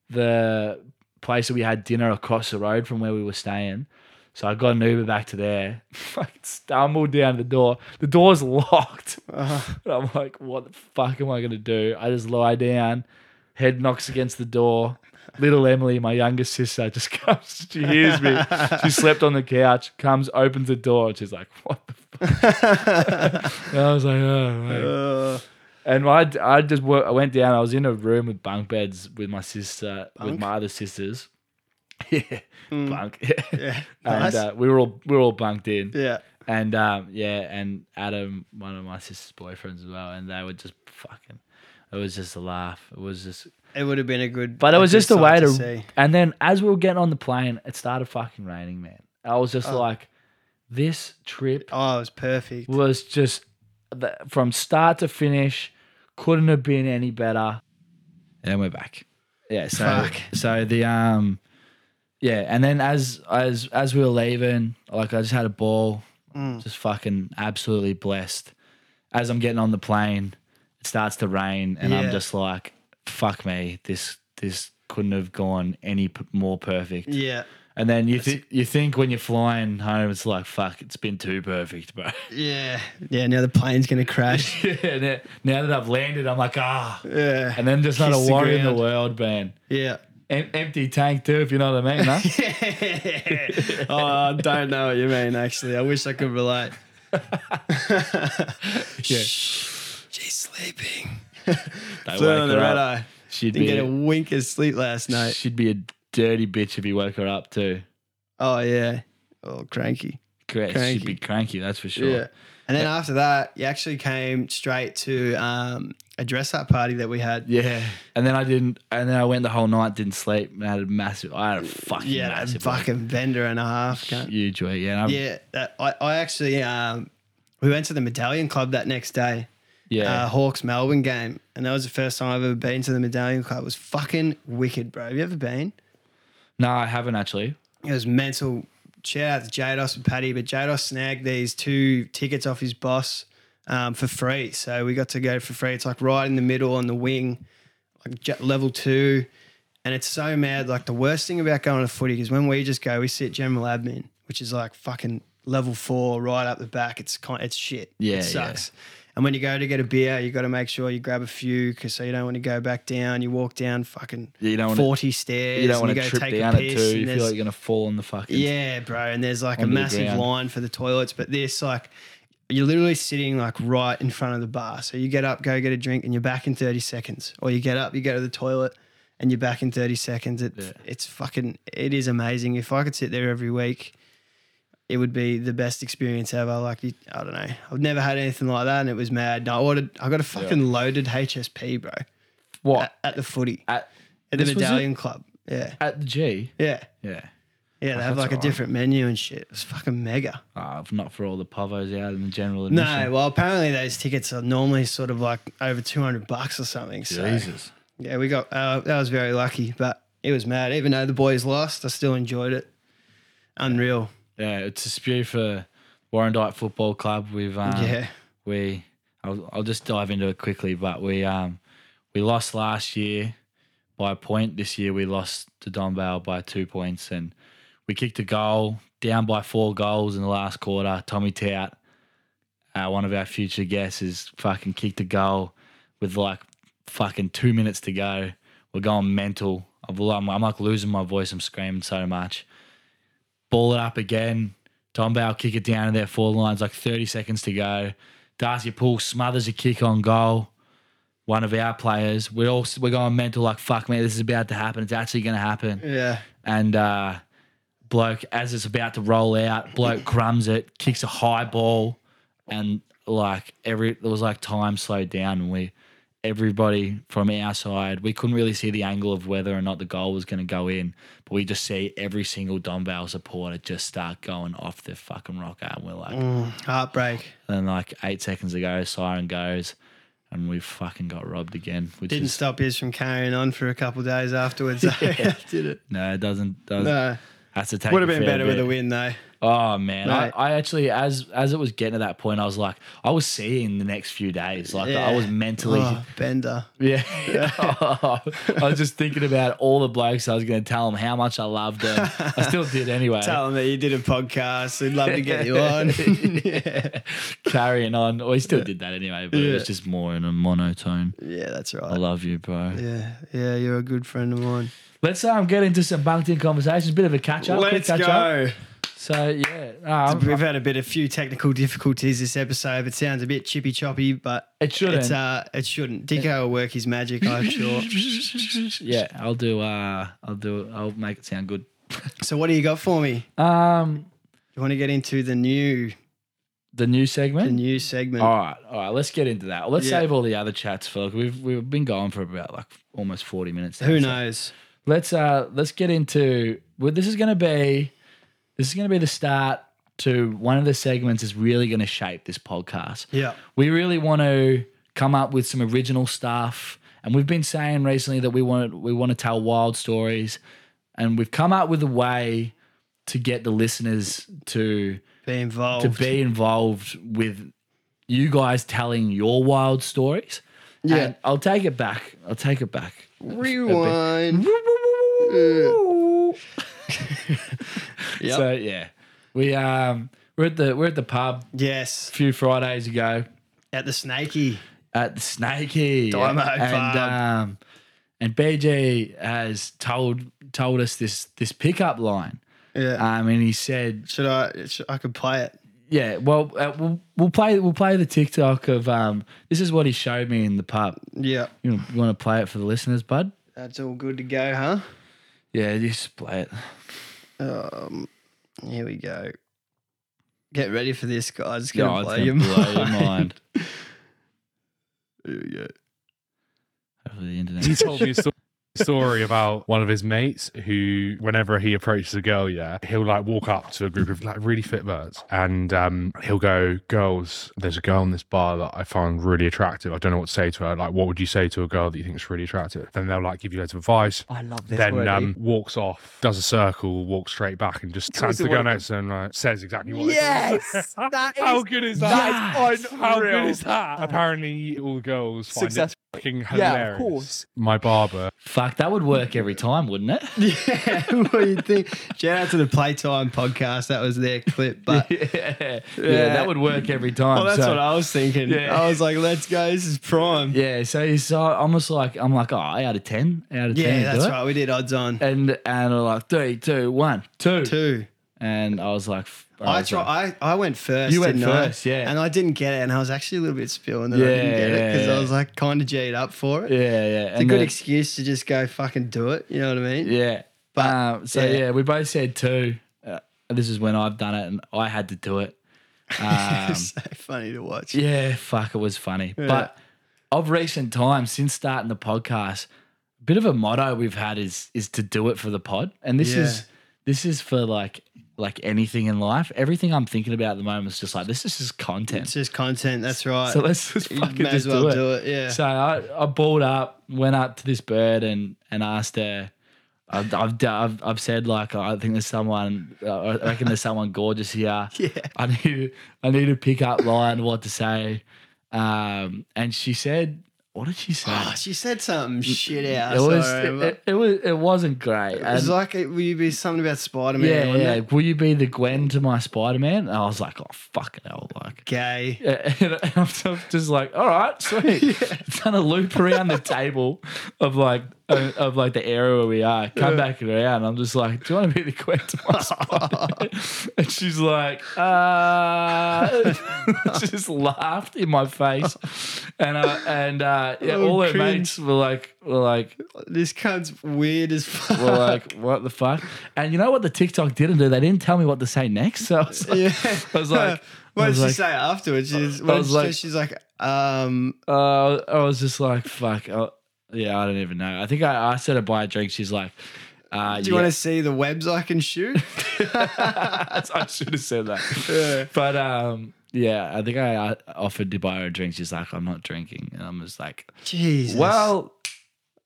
A: the place that we had dinner across the road from where we were staying. So I got an Uber back to there. Fucking stumbled down the door. The door's locked. And I'm like, what the fuck am I gonna do? I just lie down. Head knocks against the door. Little Emily, my youngest sister, just comes. She hears me. She slept on the couch. Comes, opens the door, and she's like, "What the fuck?" And I was like, "Oh." mate."
B: Uh,
A: And I, I just wor- I went down. I was in a room with bunk beds with my sister, with
B: Bunk? Hmm.
A: my other sisters. yeah, bunk. Yeah.
B: yeah.
A: And
B: Nice.
A: uh, we were all we were all bunked in.
B: yeah.
A: And um, yeah, and Adam, one of my sister's boyfriends as well, and they were just fucking. It was just a laugh. It was just,
B: It would have been a good.
A: but it
B: a
A: was
B: good
A: just a
B: sight
A: way to.
B: see.
A: And then as we were getting on the plane, it started fucking raining, man. I was just
B: Oh.
A: like, this trip
B: Oh, it was perfect.
A: was just the, from start to finish, couldn't have been any better. And we're back. Yeah. So
B: Fuck.
A: so the um, yeah, and then as as as we were leaving, like I just had a ball,
B: Mm.
A: just fucking absolutely blessed. As I'm getting on the plane, it starts to rain, and I'm
B: Yeah.
A: just like, fuck me, this this couldn't have gone any p- more perfect.
B: Yeah.
A: And then you th- you think when you're flying home, it's like fuck, it's been too perfect, bro.
B: Yeah. Yeah. Now the plane's gonna crash.
A: yeah, and then- now that I've landed, I'm like, ah.
B: yeah.
A: And then there's not
B: Kiss
A: a
B: the
A: worry in the
B: ground.
A: world, man.
B: Yeah.
A: Em- empty tank too, if you know what I mean, huh?
B: oh, I don't know what you mean. Actually, I wish I could relate.
A: yeah.
B: She's sleeping.
A: Don't
B: Flew
A: wake
B: on the
A: her
B: red
A: up.
B: eye.
A: She'd
B: Didn't
A: be
B: get a
A: a,
B: wink of sleep last night.
A: she'd be a dirty bitch if you woke her up too.
B: Oh yeah. Oh, cranky.
A: Correct. She'd be
B: Cranky.
A: cranky, that's for sure.
B: Yeah. And then after that, you actually came straight to um, a dress up party that we had.
A: Yeah. And then I didn't and then I went the whole night, didn't sleep, and I had a massive I had a fucking
B: Yeah, that
A: massive um,
B: fucking bender and a half. cunt.
A: huge week. Yeah. and I'm-
B: Yeah, that, I, I actually um, we went to the Medallion Club that next day,
A: yeah.
B: uh, Hawks Melbourne game, and that was the first time I've ever been to the Medallion Club. It was fucking wicked, bro. Have you ever been?
A: no, I haven't actually.
B: It was mental. Shout out to Jados and Paddy, but Jados snagged these two tickets off his boss um, for free, so we got to go for free. It's like right in the middle on the wing, like j- level two, and it's so mad. Like the worst thing about going to footy is when we just go, we sit general admin, which is like fucking level four, right up the back. It's kind, it's shit.
A: Yeah,
B: it
A: yeah.
B: sucks. And when you go to get a beer, you got to make sure you grab a few, cause so you don't want to go back down. You walk down fucking
A: You don't wanna-
B: forty stairs.
A: You don't want
B: and
A: to
B: go
A: trip
B: take a
A: down it
B: piss
A: too.
B: and
A: You
B: there's-
A: feel like you're gonna fall in the fucking
B: yeah, bro. And there's like a
A: Onto the
B: massive
A: ground.
B: line for the toilets, but this like you're literally sitting like right in front of the bar. So you get up, go get a drink, and you're back in 30 seconds. Or you get up, you go to the toilet, and you're back in 30 seconds. It, It's fucking, it is amazing. If I could sit there every week, it would be the best experience ever. Like you, I don't know, I've never had anything like that, and it was mad. I ordered, I got a fucking loaded HSP, bro,
A: What?
B: at, at the footy
A: At
B: at the
A: this was it?
B: Medallion Club. Yeah,
A: at the G.
B: yeah.
A: Yeah.
B: Yeah, they have
A: that's
B: like a
A: alright.
B: different menu and shit. It's fucking mega.
A: Ah, if not for all the povos out in the general admission.
B: No, well, apparently those tickets are normally sort of like over two hundred bucks or something. So
A: Jesus.
B: yeah, we got uh, that was very lucky, but it was mad. Even though the boys lost, I still enjoyed it. Unreal.
A: Yeah, it's a spew for Warrandyte Football Club. We've um,
B: yeah,
A: we I'll, I'll just dive into it quickly, but we um we lost last year by a point. This year we lost to Donvale by two points, and we kicked a goal down by four goals in the last quarter. Tommy Tout, uh, one of our future guests, is fucking kicked a goal with like fucking two minutes to go. We're going mental. I've- I'm, I'm like losing my voice. I'm screaming so much. Ball it up again. Tom Bale kick it down to their four lines, like 30 seconds to go. Darcy Poole smothers a kick on goal. One of our players. We're all we're going mental, like fuck man, this is about to happen. It's actually going to happen
B: yeah,
A: and uh, bloke as it's about to roll out, bloke crumbs it, kicks a high ball, and like every it was like time slowed down, and we everybody from our side we couldn't really see the angle of whether or not the goal was going to go in, but we just see every single Donvale supporter just start going off their fucking rocker, and we're like,
B: Mm, heartbreak.
A: and like eight seconds ago, siren goes. And we fucking got robbed again. Which
B: Didn't
A: is,
B: stop us from carrying on for a couple of days afterwards.
A: Yeah.
B: did it?
A: no, it doesn't. doesn't
B: No,
A: Has to take.
B: would have
A: a
B: been
A: fair
B: better with
A: bit.
B: a win though.
A: Oh man, I,
B: Mate.
A: I actually as as it was getting to that point, I was like, I was seeing the next few days. Like I
B: Yeah.
A: was mentally,
B: Oh, Bender.
A: yeah. I was just thinking about all the blokes. I was going to tell them how much I loved them. I still did anyway.
B: Tell him that you did a podcast. We'd love to get you on. yeah.
A: Carrying on, we still did that anyway, but it was
B: Yeah.
A: just more in a monotone.
B: yeah, that's
A: I
B: right.
A: love you, bro.
B: Yeah, yeah, you're a good friend of mine.
A: Let's um get into some bunked in conversations. Bit of a catch up. quick
B: Let's
A: catch Up.
B: go.
A: So yeah, um,
B: We've had a bit of few technical difficulties this episode. It sounds a bit chippy choppy, but
A: it shouldn't.
B: it's uh, it shouldn't. Dico will work his magic, I'm sure.
A: yeah, I'll do. Uh, I'll do. I'll make it sound good.
B: So, what do you got for me?
A: Um,
B: You want to get into the new
A: the new
B: the
A: segment.
B: new segment?
A: all right, all right. Let's get into that. Let's
B: Yeah.
A: save all the other chats for. Like, we've we've been going for about like almost forty minutes. now,
B: Who
A: so
B: knows?
A: Let's uh let's get into. Well, this is gonna be. This is gonna be the start to one of the segments that's really gonna shape this podcast.
B: Yeah,
A: we really want to come up with some original stuff and we've been saying recently that we want we want to tell wild stories and we've come up with a way to get the listeners to
B: be involved.
A: to be involved with you guys telling your wild stories
B: Yeah.
A: And I'll take it back I'll take it back
B: Rewind. Yep.
A: so yeah we um we're at the we're at the pub
B: Yes,
A: a few Fridays ago
B: at the snaky.
A: at the Snakey.
B: Dynamo
A: and,
B: Pub.
A: um, and BJ has told told us this this pickup line.
B: Yeah.
A: Um, and he said,
B: should I? Should, I could play it.
A: "Yeah, well, uh, we'll, we'll play we'll play the TikTok of um. This is what he showed me in the pub.
B: Yeah,
A: You, you want to play it for the listeners, bud?
B: that's all good to go, huh?
A: Yeah, just play it.
B: Um, here we go. Get ready for this, guys. It's
A: Yeah,
B: gonna
A: it's
B: blow,
A: gonna
B: your,
A: blow
B: mind.
A: your mind.
B: Here we go.
A: Hopefully the internet.
C: he told me a sto- story about one of his mates who, whenever he approaches a girl, yeah, he'll like walk up to a group of like really fit birds and um, he'll go, Girls, there's a girl in this bar that I find really attractive. I don't know what to say to her. Like, what would you say to a girl that you think is really attractive? Then they'll like give you loads of advice.
B: I love this.
C: Then um, walks off, does a circle, walks straight back, and just turns to the girl next to her and like, says exactly what. it
D: Yes, that
C: How
D: is-
C: good is that?
D: that is
C: I kn- How good
D: unreal.
C: is that? Apparently, all girls find
D: Successful.
C: it fucking hilarious.
D: yeah, of course.
C: My barber
A: Fuck, that would work every time, wouldn't it?
B: yeah, what do you think? Shout out to the Playtime podcast. That was their clip, but.
A: yeah. yeah, that would work every time.
B: Well, that's
A: so-
B: what I was thinking.
A: Yeah.
B: I was like, "Let's go. This is prime."
A: Yeah, so he's so almost like I'm like, oh, eight out of ten, out of ten.
B: Yeah,
A: you
B: that's
A: do it.
B: right. We did odds on
A: And and I'm like three, two, one, two,
B: two.
A: and I was like, f-
B: I
A: was
B: try.
A: like,
B: I, I went first.
A: You went
B: didn't I?
A: first, yeah.
B: And I didn't get it, and I was actually a little bit spilling that I didn't
A: Yeah,
B: get it because
A: yeah,
B: I was like kind of G'd up for it.
A: yeah, yeah.
B: It's a good excuse to just go fucking do it. You know what I mean?
A: Yeah.
B: But,
A: um, so yeah.
B: yeah.
A: we both said two. Uh, this is when I've done it, and I had to do it. Um,
B: it's so funny to watch.
A: yeah, fuck, it was funny. But of recent times, since starting the podcast, a bit of a motto we've had is is to do it for the pod, and this is
B: Yeah.
A: this is for like like anything in life. Everything I'm thinking about at the moment is just like this is just content.
B: It's just content. That's right.
A: So let's just
B: you
A: fucking
B: may as
A: just
B: well
A: do,
B: do
A: it.
B: it. Yeah.
A: So I, I balled up, went up to this bird and and asked her. I've, I've, d- I've, I've said like I think there's someone I reckon there's someone gorgeous here.
B: Yeah.
A: I need I need a pick up line what to say, um, and she said what did she say?
B: Oh, she said something shit out.
A: Mm, it was
B: sorry,
A: it,
B: but
A: it- it was it wasn't great.
B: it was
A: And-
B: like it would be something about Spider Man.
A: yeah, yeah.
B: It?
A: Will you be the Gwen to my Spider Man? And I was like, oh fucking hell, like
B: Gay.
A: yeah, and I'm just- just like, all right, sweet. Done a loop around the table of like uh, of like the area where we are. Come back around. I'm just like, do you want to be the queen to my spot? and she's like, uh, just laughed in my face. And uh, and uh, yeah,
B: Oh,
A: all her
B: cringe.
A: mates were like, were like,
B: This cunt's weird as fuck.
A: were like, what the fuck? And you know what the TikTok didn't do? They didn't tell me what to say next. So I was like,
B: yeah.
A: I was like.
B: what
A: I
B: did
A: was
B: she
A: like,
B: say afterwards? She's,
A: I
B: what
A: was
B: did she say?
A: like-
B: she's like, um,
A: Uh, I was just like, fuck. Uh, yeah, I don't even know. I think I asked her to buy a drink. She's like, uh,
B: do you want to see the webs I can shoot?
A: to? I should have said that.
B: Yeah.
A: But um, yeah, I think I uh, offered to buy her a drink. She's like, I'm not drinking. And I'm just like,
B: Jesus.
A: well,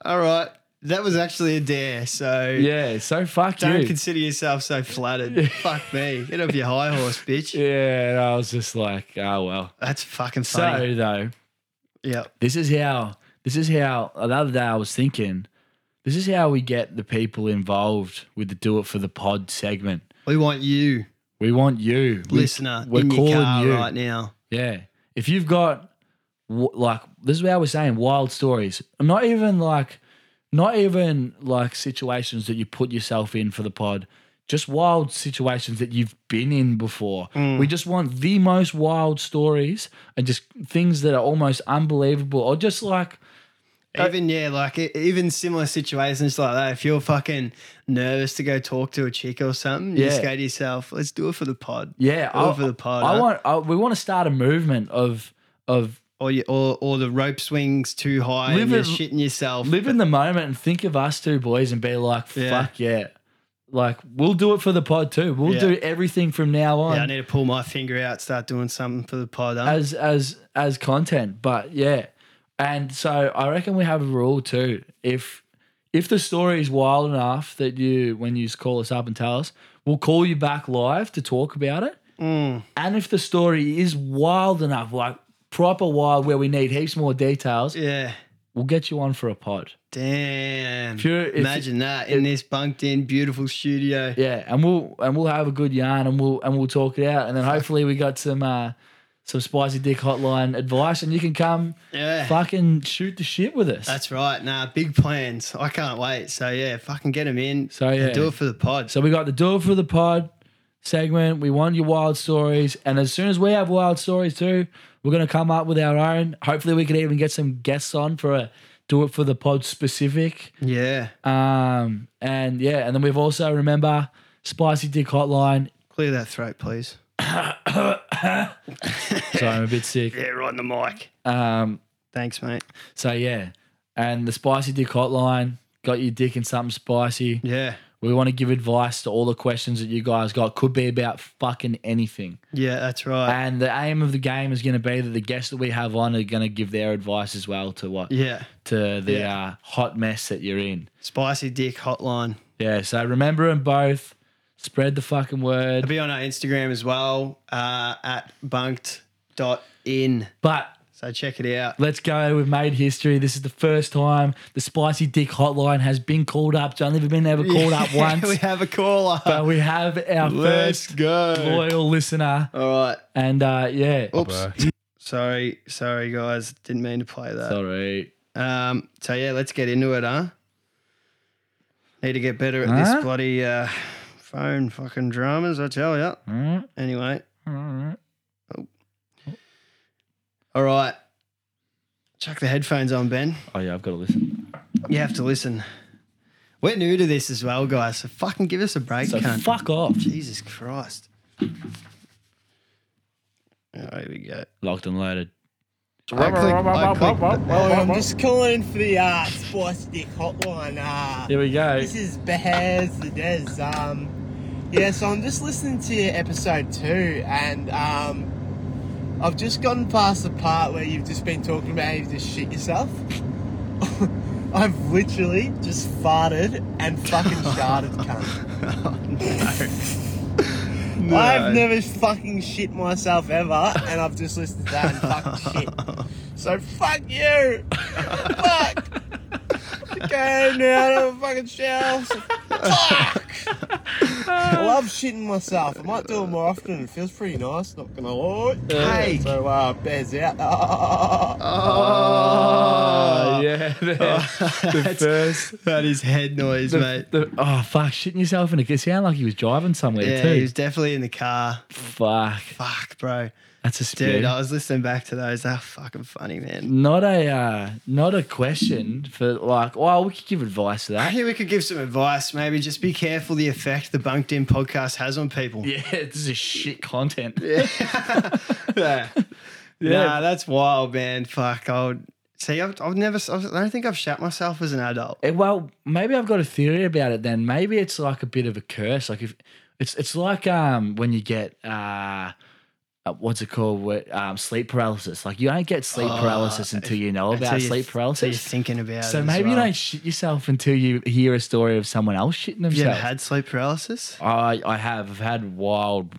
B: all right. That was actually a dare, so
A: Yeah, so fuck
B: don't
A: you.
B: consider yourself so flattered. Fuck me. Get off your high horse, bitch.
A: yeah, and I was just like, oh well.
B: That's fucking funny.
A: So though,
B: yeah.
A: this is how this is how the other day I was thinking, this is how we get the people involved with the do it for the pod segment.
B: We want you,
A: We want you. We-
B: listener,
A: we're
B: in your
A: calling
B: car
A: you.
B: right now.
A: Yeah. If you've got w- like this is how we're saying wild stories. Not even like not even like situations that you put yourself in for the pod. Just wild situations that you've been in before.
B: Mm.
A: We just want the most wild stories and just things that are almost unbelievable or just like Uh,
B: Even yeah, like e- even similar situations like that. If you're fucking nervous to go talk to a chick or something, you just
A: Yeah.
B: go to yourself, "Let's do it for the pod."
A: yeah,
B: do it for the pod.
A: I
B: huh?
A: want I, we want to start a movement of of
B: or, you, or or the rope swings too high
A: Live
B: and you're
A: it-
B: shitting yourself.
A: live in the moment and think of us two boys and be like,
B: Yeah.
A: fuck yeah. Like we'll do it for the pod too. We'll
B: Yeah.
A: do everything from now on
B: yeah, I need to pull my finger out, start doing something for the pod. Huh?
A: as as as content. But yeah. And so I reckon we have a rule too. If if the story is wild enough that you when you call us up and tell us, we'll call you back live to talk about it.
B: Mm,
A: And if the story is wild enough, like proper wild where we need heaps more details,
B: yeah.
A: we'll get you on for a pod.
B: Damn.
A: If you're- if-
B: Imagine that in this bunked in beautiful studio.
A: Yeah, and we'll and we'll have a good yarn and we'll and we'll talk it out, and then hopefully we got some uh, some spicy dick hotline advice, and you can come
B: Yeah.
A: fucking shoot the shit with us.
B: That's right. Nah, big plans. I can't wait. So yeah, fucking get them in.
A: So,
B: and
A: yeah.
B: do it for the pod.
A: so we got the do it for the pod segment. We want your wild stories, and as soon as we have wild stories too, we're gonna come up with our own. Hopefully, we could even get some guests on for a do it for the pod specific.
B: yeah,
A: Um, and yeah, and then we've also remember spicy dick hotline.
B: clear that throat, please.
A: Sorry, I'm a bit sick.
B: Yeah, right on the mic.
A: Um,
B: Thanks, mate.
A: So yeah, and the spicy dick hotline got your dick in something spicy.
B: Yeah,
A: We want to give advice to all the questions that you guys got. Could be about fucking anything.
B: yeah, that's right.
A: And the aim of the game is going to be that the guests that we have on are going to give their advice as well to what
B: yeah,
A: to the
B: Yeah.
A: uh, hot mess that you're in.
B: spicy dick hotline.
A: Yeah. So remember them both. Spread the fucking
B: I'll
A: word.
B: be on our Instagram as well uh, at bunked.in.
A: But
B: So check it out.
A: Let's go. We've made history. This is the first time the Spicy Dick Hotline has been called up. John never been ever called up once.
B: we have a caller.
A: but we have our
B: Let's
A: first
B: go.
A: loyal listener.
B: All right.
A: And uh, yeah.
B: Oops. Sorry, sorry guys. Didn't mean to play that.
A: Sorry.
B: Um, so yeah, let's get into it, huh? Need to get better at
A: Huh?
B: this bloody uh, phone fucking dramas, I tell ya.
A: Mm,
B: Anyway, Oh.
A: mm.
B: all right. Chuck the headphones on, Ben.
A: Oh, yeah, I've got to listen.
B: You have to listen. We're new to this as well, guys. So fucking give us a break,
A: So
B: cunt.
A: fuck off.
B: Jesus Christ. Oh, here we go.
A: Locked and loaded.
B: I click, I click
D: Well, I'm just calling for the uh, Spicy Dick Hotline. Uh,
A: Here we go.
D: this is Behaz the Dez. Um, yeah, so I'm just listening to your episode two, and um, I've just gotten past the part where you've just been talking about how you've just shit yourself. I've literally just farted and fucking sharted, cunt.
B: Oh, No.
D: I've never fucking shit myself ever, and I've just listened to that and fucking shit. So fuck you. fuck. Okay, now I don't fucking shower. So fuck. I love shitting myself. I might do it more often. It feels pretty nice. Not gonna lie.
B: Hey.
D: So uh, bears out.
A: Oh, Uh,
B: Oh,
A: Ah, yeah. the
B: That's-
A: first.
B: That is head noise,
A: The,
B: mate.
A: the, oh, fuck. Shitting yourself. And it could sound like he was driving somewhere,
B: Yeah,
A: too.
B: he was definitely in the car.
A: fuck.
B: Fuck, bro.
A: That's a
B: Dude,
A: spew.
B: I was listening back to those. They're fucking funny, man.
A: Not a uh, not a question for like. Well, we could give advice to
B: I
A: that.
B: think we could give some advice. Maybe just be careful the effect the Bunked In podcast has on people.
A: Yeah, this is shit content.
B: Yeah. Nah, that's wild, man. Fuck. I would see. I've, I've never. I don't think I've shat myself as an adult.
A: Eh, Well, maybe I've got a theory about it. Then maybe it's like a bit of a curse. Like if it's it's like um when you get uh uh, what's it called? Where, um, sleep paralysis. Like you don't get sleep
B: Oh,
A: paralysis until you know
B: Until
A: about
B: you-
A: sleep
B: until You're
A: paralysis.
B: thinking about it
A: So
B: as
A: maybe
B: well.
A: you don't shit yourself until you hear a story of someone else shitting
B: Have you ever
A: themselves.
B: had sleep paralysis?
A: I I have I've had wild.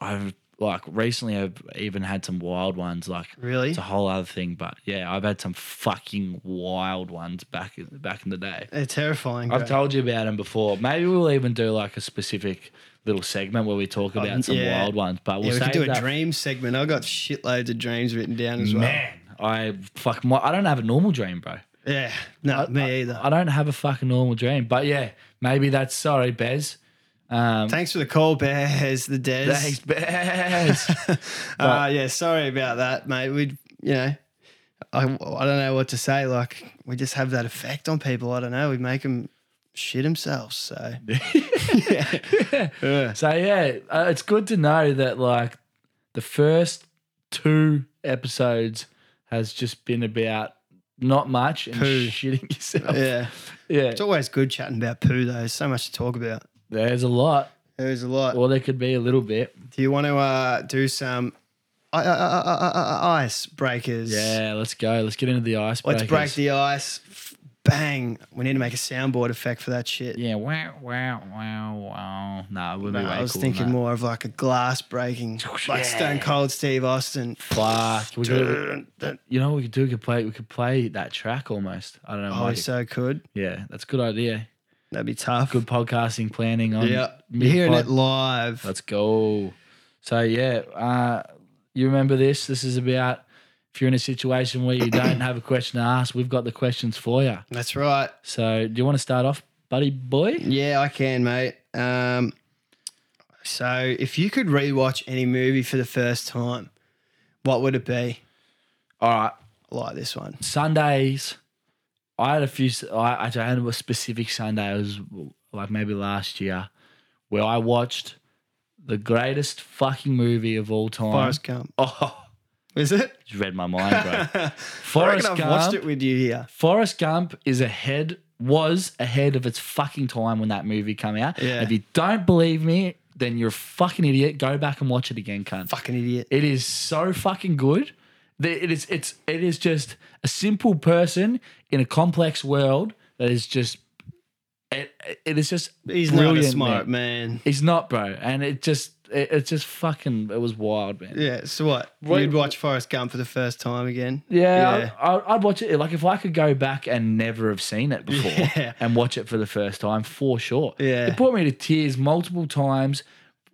A: I've like recently I've even had some wild ones. Like
B: Really?
A: it's a whole other thing. But yeah, I've had some fucking wild ones back in, back in the day.
B: They're terrifying.
A: I've
B: bro.
A: told you about them before. Maybe we'll even do like a specific little segment where we talk about some
B: Um, yeah.
A: wild ones. But we'll
B: yeah, we
A: save
B: could do a
A: that.
B: dream segment. I've got shitloads of dreams written down as well.
C: Man.
A: I fuck my. I don't have a normal dream, bro.
B: Yeah, no, me either.
A: I don't have a fucking normal dream. But yeah, maybe that's sorry, Bez. Um,
B: Thanks for the call, Bears. The Des.
A: thanks, Bez.
B: Uh, yeah, sorry about that, mate. We, you know, I, I don't know what to say. Like, we just have that effect on people. I don't know. We make them shit themselves. So, yeah.
A: So yeah, uh, it's good to know that like the first two episodes has just been about not much and
B: Poo.
A: shitting yourself. Yeah.
B: yeah. It's always good chatting about poo, though. There's so much to talk about.
A: there's a lot,
B: There's a lot.
A: or there could be a little bit.
B: Do you want to uh, do some I- I- I- I- I- I- ice breakers?
A: Yeah, let's go. Let's get into the ice.
B: Let's break
A: breakers.
B: the ice. F- Bang. We need to make a soundboard effect for that shit.
A: Yeah, wow, wow, wow, wow. Nah, it would be
B: No,
A: way
B: I was
A: cooler than
B: thinking
A: that.
B: more of like a glass breaking,
A: Oh, Yeah.
B: like Stone Cold Steve Austin.
A: Fuck, we could,
B: Dun, dun.
A: you know what we could do? We could play. We could play that track almost. I don't know.
B: Oh,
A: Mike.
B: we so could.
A: yeah, that's a good idea.
B: That'd be tough.
A: Good podcasting planning on.
B: Yeah, you're hearing
A: mid-pod.
B: it live.
A: Let's go. So yeah, uh, you remember this? This is about if you're in a situation where you don't have a question to ask, we've got the questions for you.
B: That's right.
A: So do you want to start off, buddy boy?
B: Yeah, I can, mate. Um, so if you could rewatch any movie for the first time, what would it be?
A: All right.
B: I like this one.
A: Sundays. I had a few. I, I had a specific Sunday. It was like maybe last year where I watched the greatest fucking movie of all time.
B: Forrest Gump.
A: Oh,
B: Is it?
A: just read my mind, bro.
B: I
A: Forrest
B: reckon I've
A: Gump.
B: watched it with you here.
A: Forrest Gump is ahead, was ahead of its fucking time when that movie came out.
B: Yeah.
A: If you don't believe me, then you're a fucking idiot. Go back and watch it again, cunt.
B: Fucking idiot.
A: It is so fucking good. The- It is it's it is just a simple person in a complex world that is just it, it is just
B: He's not a
A: brilliant,
B: smart
A: man.
B: man.
A: He's not, bro. And it just it, it's just fucking it was wild, man.
B: Yeah. So what?
A: Wait-
B: You'd watch Forrest Gump for the first time again?
A: Yeah,
B: Yeah.
A: I, I, I'd watch it. Like if I could go back and never have seen it before
B: Yeah.
A: and watch it for the first time, for sure.
B: Yeah.
A: it brought me to tears multiple times,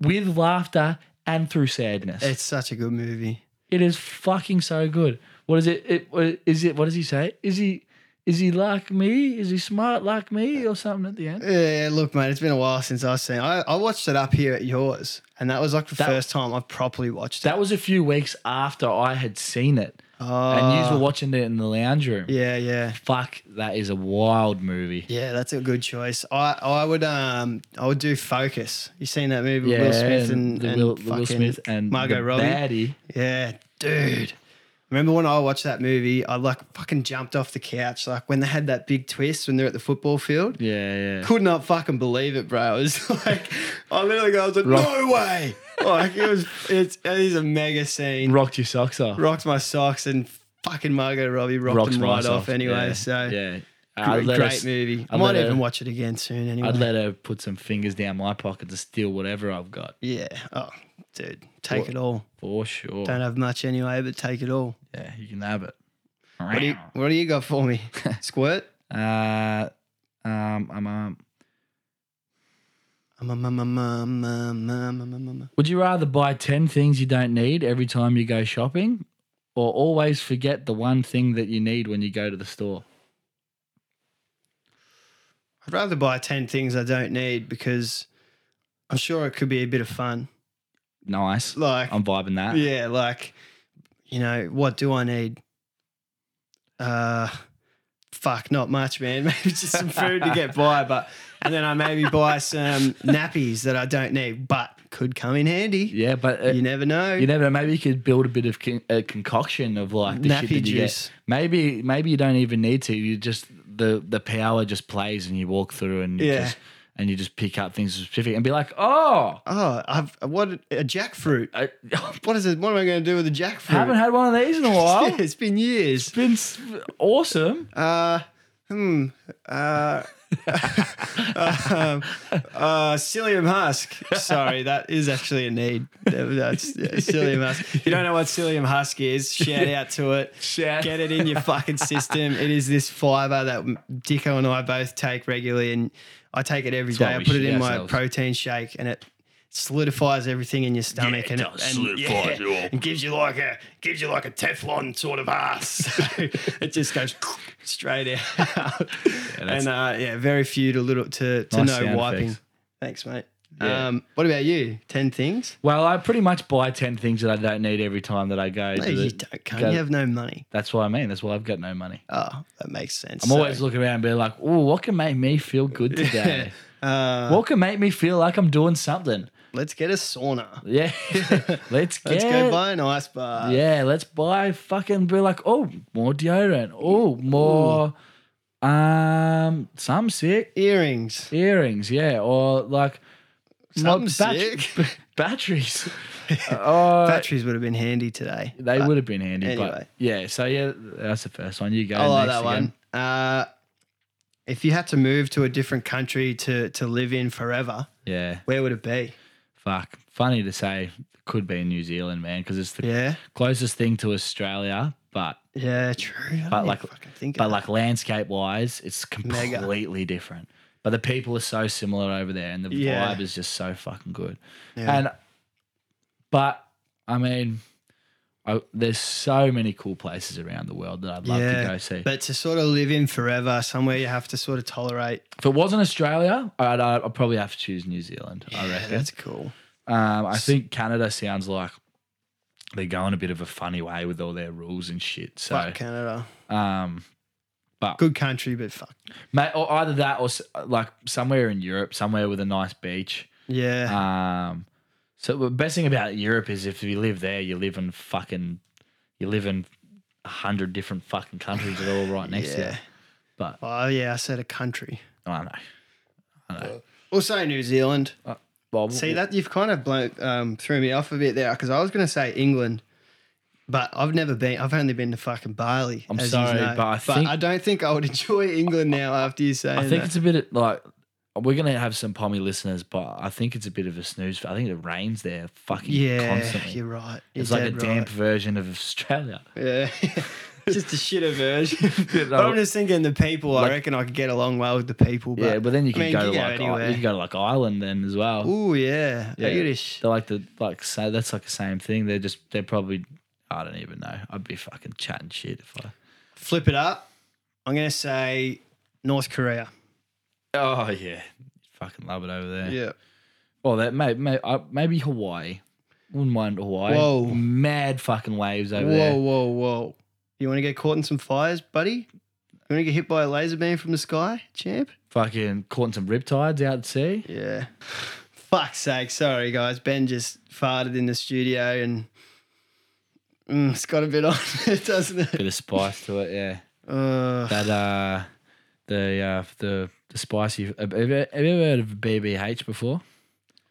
A: with laughter and through sadness.
B: It's such a good movie.
A: It is fucking so good. What is it? it what is it? What does he say? Is he? Is he like me? Is he smart like me or something at the end?
B: Yeah, look, mate, it's been a while since I've seen. I, I watched it up here at yours, and that was like the
A: That-
B: first time I've properly watched it.
A: That was a few weeks after I had seen it,
B: Oh,
A: and you were watching it in the lounge room.
B: yeah, yeah,
A: Fuck, that is a wild movie.
B: yeah. That's a good choice. I, I would, um, I would do Focus. You seen that movie with Will Smith and,
A: the
B: and
A: Will, the
B: fucking
A: Will Smith and
B: Margot
A: the
B: Robbie?
A: baddie.
B: Yeah, dude. Remember when I watched that movie? I like fucking jumped off the couch. Like when they had that big twist when they're at the football field.
A: Yeah, yeah.
B: could not fucking believe it, bro. It was like, I literally go, I was like, no way. Like, it was, it's, it is a mega scene.
A: Rocked your socks off.
B: Rocked my socks and fucking Margot Robbie rocked
A: Rocked
B: them
A: my
B: right
A: socks.
B: off anyway.
A: Yeah,
B: So,
A: yeah,
B: great,
A: I'd let
B: great
A: her-
B: movie. I
A: I'd
B: might
A: let her-
B: even watch it again soon anyway.
A: I'd let her put some fingers down my pocket to steal whatever I've got
B: yeah. Oh, dude, take it all.
A: for sure.
B: Don't have much anyway, but take it all.
A: Yeah, you can have it.
B: What do you, what do you got for me? Squirt?
A: Uh, um, I'm, um,
B: Um, um, um, um, um, um, um, um, um, um.
A: would you rather buy ten things you don't need every time you go shopping, or always forget the one thing that you need when you go to the store?
B: I'd rather buy 10 things I don't need because I'm sure it could be a bit of fun.
A: Nice.
B: Like,
A: I'm vibing that.
B: yeah, like, you know, what do I need? Uh, fuck, not much, man. Maybe just some food to get by, but and then I maybe buy some nappies that I don't need, but could come in handy.
A: Yeah, but uh,
B: You never know.
A: You never know. Maybe you could build a bit of con- a concoction of like the
B: Nappy
A: shit that you
B: juice.
A: get. Maybe maybe you don't even need to. You just the the power just plays and you walk through and you
B: Yeah.
A: just and you just pick up things specific and be like, oh,
B: Oh, I've what a jackfruit.
A: I
B: What is it? What am I going to do with a jackfruit?
A: haven't had one of these in a while.
B: Yeah, it's been years.
A: It's been s- awesome.
B: Uh, hmm. Uh, um, uh, psyllium husk. Sorry, that is actually a need. That's yeah, psyllium husk. If you don't know what psyllium husk is, shout out to it.
A: Shout-
B: Get it in your fucking system. It is this fiber that Dicko and I both take regularly, and I take it every day.
A: That's why
B: I
A: we
B: put it
A: shit
B: in my
A: ourselves.
B: protein shake, and it solidifies everything in your stomach,
A: it
B: and
A: does.
B: and-
A: Solidifies it all.
B: and gives you like a gives you like a Teflon sort of ass. So it just goes straight out.
A: that's-
B: and uh, yeah, very few to little to, to
A: Nice
B: no
A: sound
B: wiping.
A: effects.
B: Thanks, mate.
A: Yeah.
B: Um, what about you? Ten things?
A: Well, I pretty much buy 10 things that I don't need every time that I go.
B: No,
A: to
B: you
A: the-
B: don't. Can't.
A: go-
B: You have no money.
A: That's what I mean. That's why I've got no money.
B: Oh, that makes sense.
A: I'm always looking around and being like, oh, what can make me feel good today?
B: Uh,
A: what can make me feel like I'm doing something?
B: let's get a sauna.
A: Yeah. Let's get.
B: Let's go buy an ice bar.
A: yeah, let's buy fucking be like, oh, more deodorant. Oh, more um some sick
B: Earrings.
A: earrings, yeah. Or like my
B: Something
A: bat-
B: sick.
A: batteries. oh,
B: Batteries would have been handy today.
A: They
B: but
A: would have been handy, but
B: anyway.
A: yeah. So yeah, that's the first one. You go.
B: I like
A: next
B: that
A: again.
B: one. Uh, if you had to move to a different country to to live in forever,
A: Yeah.
B: where would it be?
A: Fuck. Funny to say, could be in New Zealand, man, because it's the
B: Yeah,
A: closest thing to Australia. But
B: yeah, true. I
A: But
B: don't
A: like-
B: even fucking think
A: but
B: of
A: like landscape wise, it's
B: Mega.
A: completely different. But the people are so similar over there, and the
B: Yeah.
A: vibe is just so fucking good.
B: that. Yeah.
A: And but I mean. I, there's so many cool places around the world that I'd love
B: Yeah,
A: to go see.
B: but to sort of live in forever, somewhere you have to sort of tolerate.
A: if it wasn't Australia, I'd, uh, I'd probably have to choose New Zealand. I
B: Yeah,
A: reckon
B: that's cool.
A: Um, I think Canada sounds like they're going a bit of a funny way with all their rules and shit. So,
B: fuck Canada,
A: um,
B: good country, but fuck.
A: mate, or either that or s- like somewhere in Europe, somewhere with a nice beach.
B: Yeah,
A: Um, so the best thing about Europe is if you live there, you live in fucking, you live in a hundred different fucking countries that are all right next to
B: Yeah.
A: you. But
B: oh yeah, I said a country.
A: I don't know.
B: Also, New Zealand.
A: Well,
B: See that you've kind of blown, um, threw me off a bit there because I was going to say England, but I've never been. I've only been to fucking Bali.
A: I'm
B: as
A: sorry,
B: you know.
A: but I think-
B: I don't think I would enjoy England now after you saying
A: I think
B: that.
A: it's a bit like we're gonna have some pommy listeners, but I think it's a bit of a snooze. I think it rains there fucking
B: yeah,
A: constantly.
B: you're right. You're
A: It's like a
B: dead
A: damp version of Australia.
B: right. Yeah. Just a shitter version.
A: No.
B: but I'm just thinking the people.
A: Like-
B: I reckon I could get along well with the people. But,
A: yeah, but then you
B: I
A: can
B: mean,
A: go to like I-
B: anywhere.
A: you can go to like Ireland then as well.
B: Ooh, yeah.
A: Yeah.
B: Irish.
A: They're like the like so that's like the same thing. They're just they're probably I don't even know. I'd be fucking chatting shit if I.
B: Flip it up. I'm going to say North Korea.
A: Oh yeah, fucking love it over there. Well, that may, may, uh, maybe Hawaii. Wouldn't mind Hawaii.
B: Whoa.
A: Mad fucking waves over
B: whoa,
A: there.
B: whoa, whoa. You want to get caught in some fires, buddy? You want to get hit by a laser beam from the sky, champ?
A: Fucking caught in some riptides out at sea.
B: Yeah. Fuck's sake. Sorry, guys. Ben just farted in the studio and Mm, it's got a bit on it, doesn't it?
A: Bit of spice to it. Yeah.
B: Uh,
A: that uh the uh the the spicy have you, have you ever heard of BBH before?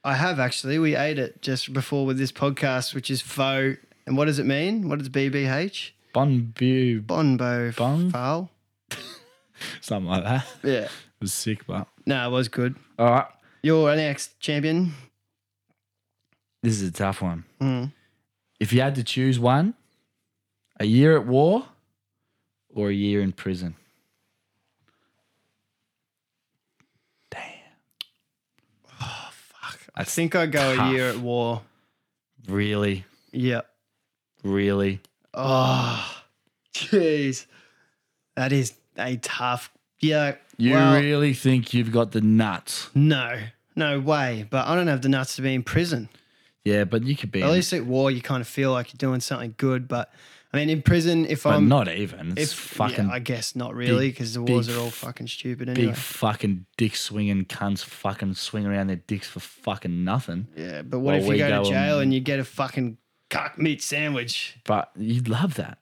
B: I have actually. We ate it just before with this podcast, which is faux. And what does it mean? What does BBH?
A: Bon Bu
B: Bonbo
A: Bong?
B: foul.
A: something like that. It
B: Yeah.
A: was sick, but
B: No, it was good.
A: all right.
B: You're an ex champion.
A: This is a tough one.
B: Mm.
A: If you had to choose one, a year at war or a year in prison.
B: I think I go
A: tough.
B: a year at war.
A: Really,
B: Yeah.
A: really.
B: Oh, jeez. That is a tough. Yeah.
A: You
B: well,
A: really think you've got the nuts?
B: no, no way. But I don't have the nuts to be in prison.
A: Yeah, but you could be.
B: At
A: in-
B: least at war, you kind of feel like you're doing something good. But I mean, in prison, if
A: but
B: I'm
A: not even. It's
B: um, if
A: fucking
B: yeah, I guess not really, because the
A: big
B: wars are
A: f-
B: all fucking stupid
A: big
B: anyway.
A: fucking dick swinging cunts fucking swing around their dicks for fucking nothing.
B: yeah, but what
A: Well,
B: if you
A: we
B: go,
A: go,
B: to jail
A: um,
B: and you get a fucking cock meat sandwich?
A: But you'd love that.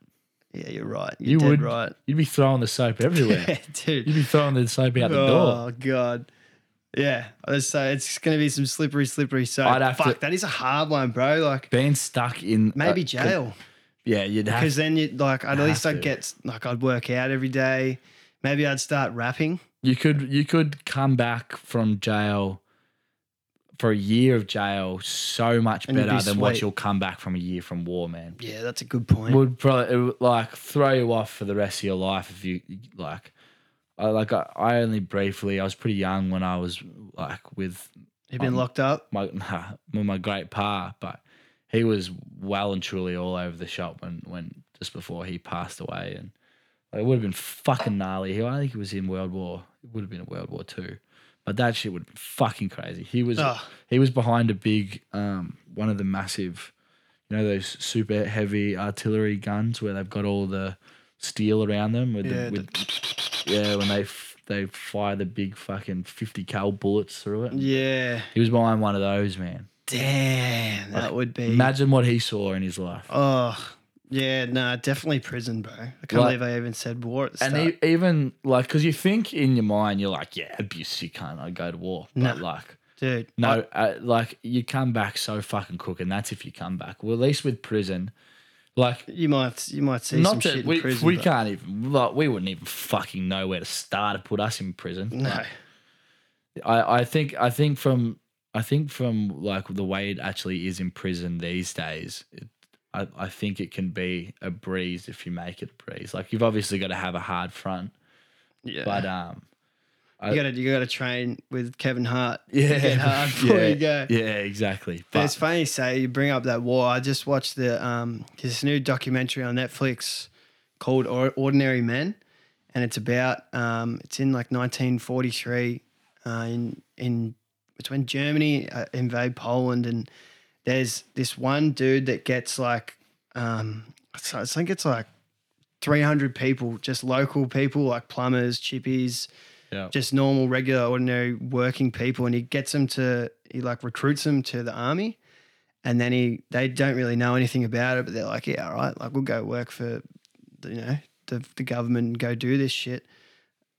B: Yeah, you're right. You're
A: You
B: dead
A: would.
B: right,
A: You'd be throwing the soap everywhere.
B: dude.
A: You'd be throwing the soap out the door.
B: Oh god. Yeah. So it's going to be some slippery, slippery soap.
A: I'd have
B: Fuck,
A: to-
B: that is a hard one, bro. Like
A: Being stuck in
B: maybe
A: uh,
B: jail.
A: Yeah, you'd have
B: Because
A: to,
B: then you like I'd at
A: have
B: least I'd
A: to.
B: get like I'd work out every day. Maybe I'd start rapping.
A: you could you could come back from jail for a year of jail so much
B: And you'd be
A: better than what
B: sweet.
A: you'll come back from a year from war, man.
B: Yeah, that's a good point.
A: would probably it would, like throw you off for the rest of your life if you like. I like I, I only briefly. I was pretty young when I was like with
B: You've been
A: um,
B: locked up.
A: my with my great pa, but he was well and truly all over the shop when when just before he passed away, and it would have been fucking gnarly. He, I think he was in World War. It would have been World War Two, but that shit would have been fucking crazy. He was
B: Ugh.
A: he was behind a big um one of the massive, you know those super heavy artillery guns where they've got all the steel around them with
B: Yeah,
A: the, with, yeah when they f- they fire the big fucking fifty cal bullets through it.
B: Yeah.
A: He was behind one of those, man.
B: Damn, that would be.
A: Imagine what he saw in his life.
B: oh, yeah. No, definitely prison, bro. I can't
A: Like-
B: believe I even said war at the
A: and
B: start.
A: e- even like, because you think in your mind, you're like, yeah, abuse, you can't, I go to war. But
B: No.
A: like,
B: Dude,
A: no, uh, like you come back so fucking quick, and that's if you come back. Well, at least with prison, like,
B: you might you might see some
A: not
B: shit
A: that
B: in
A: we,
B: prison.
A: we
B: but-
A: can't even, like, we wouldn't even fucking know where to start to put us in prison.
B: No.
A: I, I think I think from I think from like the way it actually is in prison these days, it, I, I think it can be a breeze if you make it a breeze. Like you've obviously got to have a hard front,
B: Yeah.
A: but um,
B: you gotta you gotta train with Kevin Hart.
A: yeah,
B: Get hard before
A: yeah,
B: you go.
A: yeah, exactly.
B: But it's
A: But
B: funny you say you bring up that war. I just watched the um this new documentary on Netflix called Or- Ordinary Men, and it's about um it's in like 1943 uh, in in it's when Germany uh, invade Poland, and there's this one dude that gets like um I think it's like 300 people, just local people like plumbers, chippies,
A: yeah,
B: just normal, regular, ordinary working people, and he gets them to he like recruits them to the army, and then he they don't really know anything about it, but they're like, yeah, all right, like we'll go work for, the- you know, the the government and go do this shit.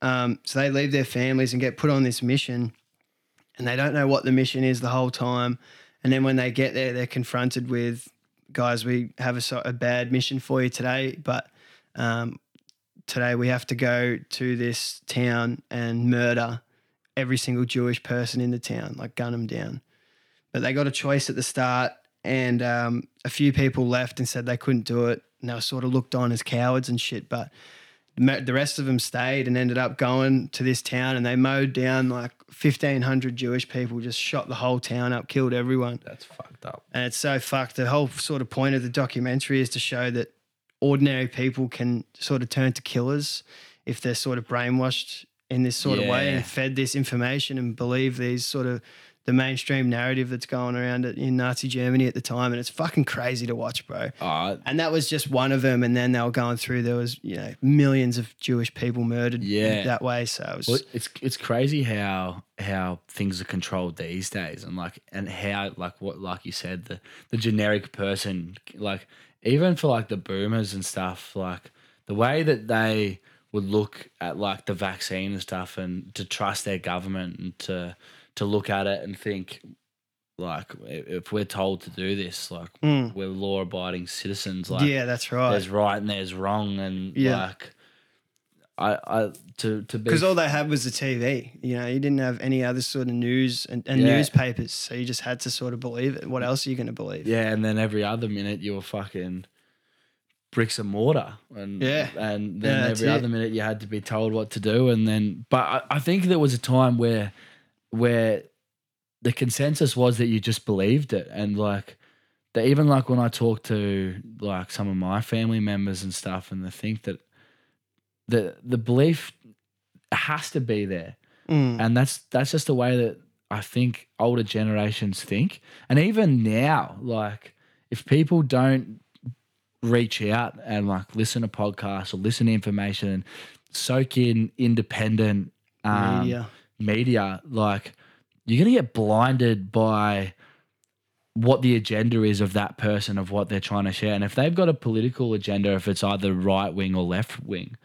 B: Um, so they leave their families and get put on this mission, and they don't know what the mission is the whole time, and then when they get there, they're confronted with, guys, we have a, so- a bad mission for you today, but. Um, today we have to go to this town and murder every single Jewish person in the town, like gun them down. But they got a choice at the start, and um, a few people left and said they couldn't do it. And they were sort of looked on as cowards and shit. But mo- the rest of them stayed and ended up going to this town, and they mowed down like 1,500 Jewish people, just shot the whole town up, killed everyone.
A: that's fucked up.
B: And it's so fucked. The whole sort of point of the documentary is to show that ordinary people can sort of turn to killers if they're sort of brainwashed in this sort of way
A: Yeah.
B: and fed this information and believe these sort of the mainstream narrative that's going around it in Nazi Germany at the time. And it's fucking crazy to watch, bro.
A: Uh,
B: And that was just one of them. And then they were going through, there was, you know, millions of Jewish people murdered
A: Yeah.
B: that way. So it was,
A: Well, it's it's crazy how how things are controlled these days, and like and how like what like you said the the generic person like even for like the boomers and stuff like the way that they would look at like the vaccine and stuff and to trust their government and to to look at it and think like i- if we're told to do this like
B: Mm.
A: we're law abiding citizens like
B: yeah, that's right.
A: there's right and there's wrong and
B: Yeah.
A: like I I to to be
B: Because all they had was the TV. You know, you didn't have any other sort of news and, and
A: Yeah.
B: newspapers. So you just had to sort of believe it. What else are you going to believe?
A: Yeah, and then every other minute you were fucking bricks and mortar, and
B: Yeah.
A: and
B: Yeah,
A: then
B: that's
A: every
B: it.
A: other minute you had to be told what to do, and then but I, I think there was a time where where the consensus was that you just believed it, and like that even like when I talk to like some of my family members and stuff, and they think that the the belief has to be there
B: Mm.
A: and that's that's just the way that I think older generations think, and even now, like if people don't reach out and like listen to podcasts or listen to information and soak in independent um, media.
B: Media.
A: like you're gonna get blinded by what the agenda is of that person of what they're trying to share, and if they've got a political agenda, if it's either right wing or left wing,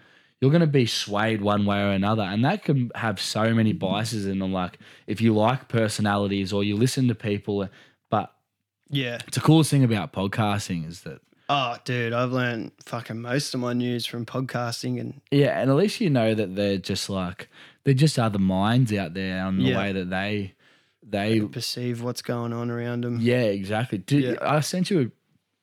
A: you're going to be swayed one way or another. And that can have so many biases in them. Like, if you like personalities or you listen to people, but
B: Yeah.
A: it's a coolest thing about podcasting is that,
B: Oh, dude, I've learned fucking most of my news from podcasting and
A: yeah, and at least you know that they're just like, they're just other minds out there on the
B: Yeah.
A: way that they, they,
B: perceive what's going on around them.
A: yeah, exactly. Did,
B: Yeah.
A: I sent you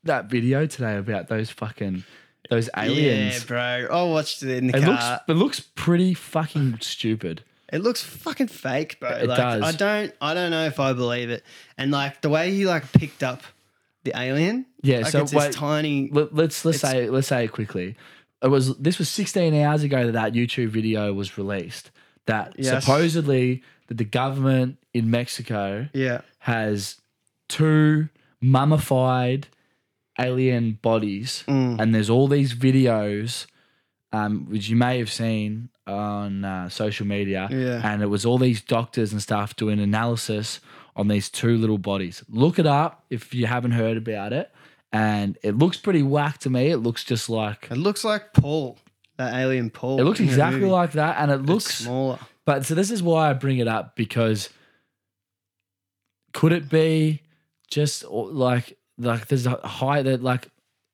A: that video today about those fucking, those aliens.
B: Yeah, bro. I watched it in the
A: It
B: car.
A: looks it looks pretty fucking stupid.
B: It looks fucking fake, bro.
A: It
B: like,
A: does.
B: I don't, I don't know if I believe it. And like the way he like picked up the alien,
A: Yeah,
B: like
A: so
B: it's
A: wait-
B: this tiny.
A: Let, let's let's
B: It's-
A: say let's say it quickly. It was this was 16 hours ago that that YouTube video was released. That
B: Yes.
A: supposedly that the government in Mexico
B: Yeah,
A: has two mummified alien bodies,
B: Mm.
A: and there's all these videos, um, which you may have seen on uh, social media,
B: Yeah.
A: and it was all these doctors and stuff doing analysis on these two little bodies. Look it up if you haven't heard about it, and it looks pretty whack to me. It looks just like
B: it looks like Paul, that alien Paul.
A: it looks
B: in the
A: exactly
B: movie.
A: like that, and it
B: But
A: looks
B: smaller.
A: but so this is why I bring it up because could it be just or, like like there's a high that like